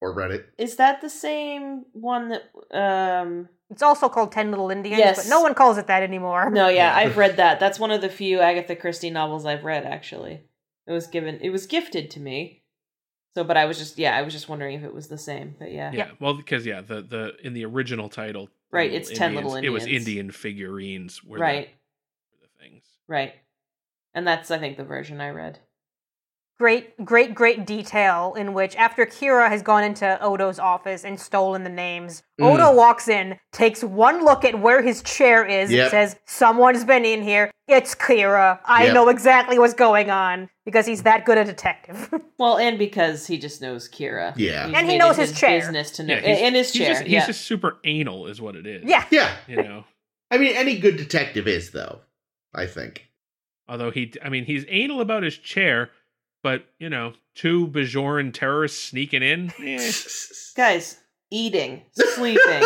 S4: or read it.
S3: Is that the same one that um
S2: it's also called 10 little indians
S3: Yes.
S2: but no one calls it that anymore
S3: No, yeah,
S4: Yeah.
S3: I've read that. That's one of the few Agatha Christie novels I've read actually. It was given it was gifted to me. So but I was just yeah, I was just wondering if it was the same. But yeah.
S1: yeah. Well, because yeah, the the in the original title,
S3: Right,
S1: Little
S3: it's 10 Little
S1: It was
S3: Indians.
S1: Indian figurines. Were
S3: Right.
S1: The, were the things.
S3: Right. And that's I think the version I read.
S2: great great great detail in which after kira has gone into odo's office and stolen the names
S4: Mm.
S2: odo walks in takes one look at where his chair is
S4: Yep.
S2: and says someone's been in here it's kira i
S4: Yep.
S2: know exactly what's going on because he's that good a detective
S3: Well, and because he just knows Kira.
S4: Yeah.
S3: He's
S2: And he
S3: made it
S2: knows his chair.
S3: business to know
S1: Yeah, he's-
S3: and his
S1: He's
S3: chair.
S1: just, he's
S3: yeah.
S1: just super anal, is what it is.
S2: yeah
S4: Yeah.
S1: You know,
S4: I mean, any good detective is, though, I think.
S1: although he, I mean, he's anal about his chair, but you know, two Bajoran terrorists sneaking in. eh.
S3: Guys, eating, sleeping,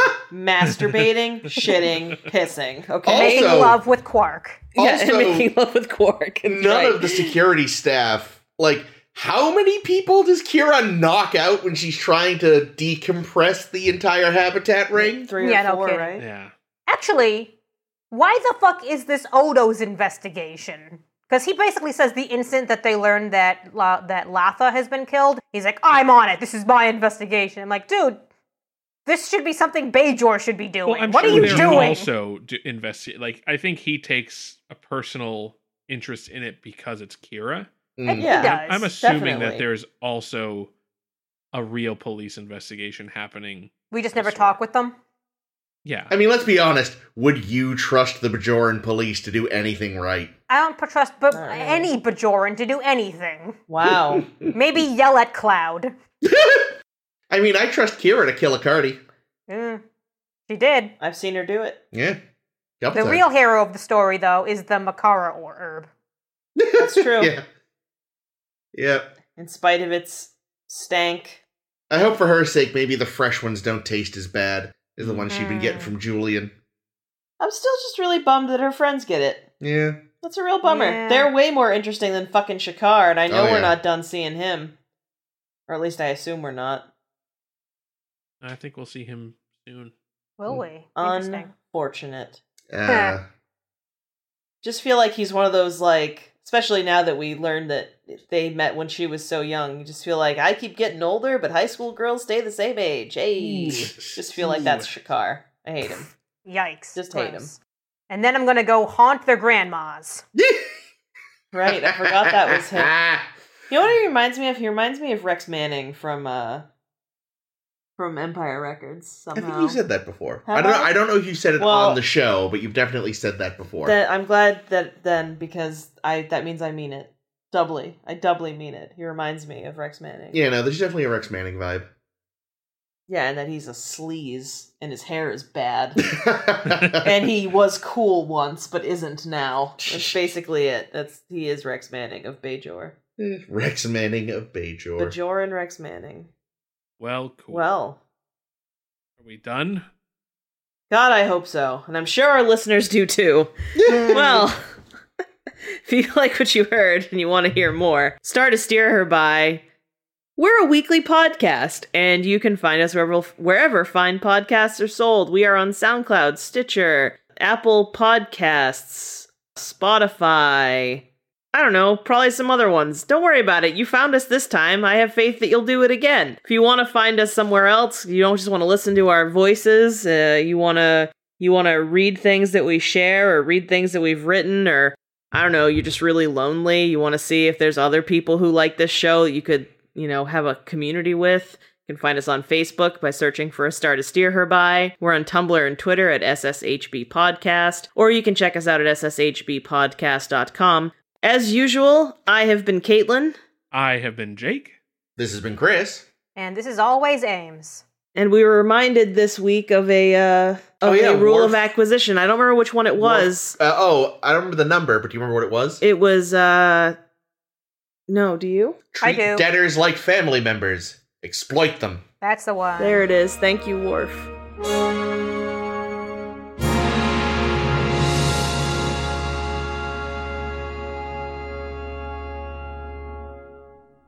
S3: masturbating, shitting, pissing. Okay.
S2: making
S4: Also-
S2: love with Quark.
S3: yeah,
S4: also-
S3: and making love with Quark. That's
S4: None
S3: right.
S4: of the security staff, like, how many people does Kira knock out when she's trying to decompress the entire habitat ring?
S3: three
S2: Yeah,
S3: or
S2: no
S3: four,
S2: kidding.
S3: right?
S1: Yeah.
S2: Actually, why the fuck is this Odo's investigation? Because he basically says the instant that they learn that La- that Latha has been killed, he's like, "I'm on it. This is my investigation." I'm like, dude, this should be something Bajor should be doing.
S1: Well, I'm
S2: what
S1: sure
S2: are you
S1: they're
S2: doing?
S1: also do- investigate. Like, I think he takes a personal interest in it because it's Kira.
S2: And
S4: Mm.
S3: Yeah.
S2: he does.
S1: I'm assuming that
S3: definitely.
S1: there's also a real police investigation happening.
S2: we just never
S1: Sure.
S2: talk with them.
S1: Yeah.
S4: I mean, let's be honest. Would you trust the Bajoran police to do anything right?
S2: I don't trust but
S3: All right.
S2: any Bajoran to do anything.
S3: Wow.
S2: Maybe yell at Cloud.
S4: I mean, I trust Kira to kill a Cardi.
S2: Mm, she did.
S3: I've seen her do it.
S4: Yeah. Couple
S2: The
S4: times.
S2: real hero of the story, though, is the Makara or herb.
S3: That's true.
S4: yeah. Yeah.
S3: In spite of its stank.
S4: I hope for her sake, maybe the fresh ones don't taste as bad. is the one she'd been getting
S3: Mm-hmm.
S4: from Julian.
S3: I'm still just really bummed that her friends get it.
S4: Yeah.
S3: That's a real bummer.
S2: Yeah.
S3: They're way more interesting than fucking Shakar, and I know
S4: Oh,
S3: we're
S4: yeah.
S3: not done seeing him. Or at least I assume we're not.
S1: I think we'll see him soon.
S2: Will we? Interesting.
S3: Unfortunate.
S4: Uh,
S3: Just feel like he's one of those, like, especially now that we learned that they met when she was so young. You just feel like I keep getting older, but high school girls stay the same age. Hey. Just feel like that's Shakar. I hate him.
S2: Yikes.
S3: Just hate
S2: Gross. And then I'm going to go haunt their grandmas.
S3: Right, I forgot that was him. You know what he reminds me of? He reminds me of Rex Manning from uh from Empire Records
S4: I
S3: somehow.
S4: think you said that before. I
S3: Have
S4: don't know.
S3: I?
S4: I don't know if you said it
S3: Well-
S4: on the show, but you've definitely said that before.
S3: That- I'm glad that then because I that means I mean it doubly. I doubly mean it. He reminds me of Rex Manning.
S4: yeah, no, there's definitely a Rex Manning vibe.
S3: Yeah, and that he's a sleaze and his hair is bad. and he was cool once but isn't now. That's basically it. That's he is Rex Manning of Bajor.
S4: Rex Manning of Bajor.
S3: Bajor and Rex Manning.
S1: Well, cool.
S3: Well,
S1: Are we done?
S3: God, I hope so. And I'm sure our listeners do too. well, if you like what you heard and you want to hear more, Star to Steer Her By. We're a weekly podcast, and you can find us wherever, wherever fine podcasts are sold. We are on SoundCloud, Stitcher, Apple Podcasts, Spotify. I don't know, probably some other ones. Don't worry about it. You found us this time. I have faith that you'll do it again. If you want to find us somewhere else, you don't just want to listen to our voices, uh, you want to you want to read things that we share or read things that we've written or I don't know, you're just really lonely, you want to see if there's other people who like this show that you could, you know, have a community with. You can find us on Facebook by searching for a star to steer her by. We're on Tumblr and Twitter at SSHB Podcast, or you can check us out at sshbpodcast.com. As usual, I have been Caitlin,
S1: I have been Jake.
S4: this has been Chris.
S2: And this is always Ames.
S3: and we were reminded this week of a uh, of
S4: Oh, yeah,
S3: a rule
S4: Worf-
S3: of acquisition. I don't remember which one it was.
S4: Uh, oh, I don't remember the number, but do you remember what it was?
S3: It was uh no, do you?
S2: I
S4: Treat
S2: do.
S4: debtors like family members. Exploit them.
S2: That's the one.
S3: There it is. Thank you, Worf.
S2: Bye.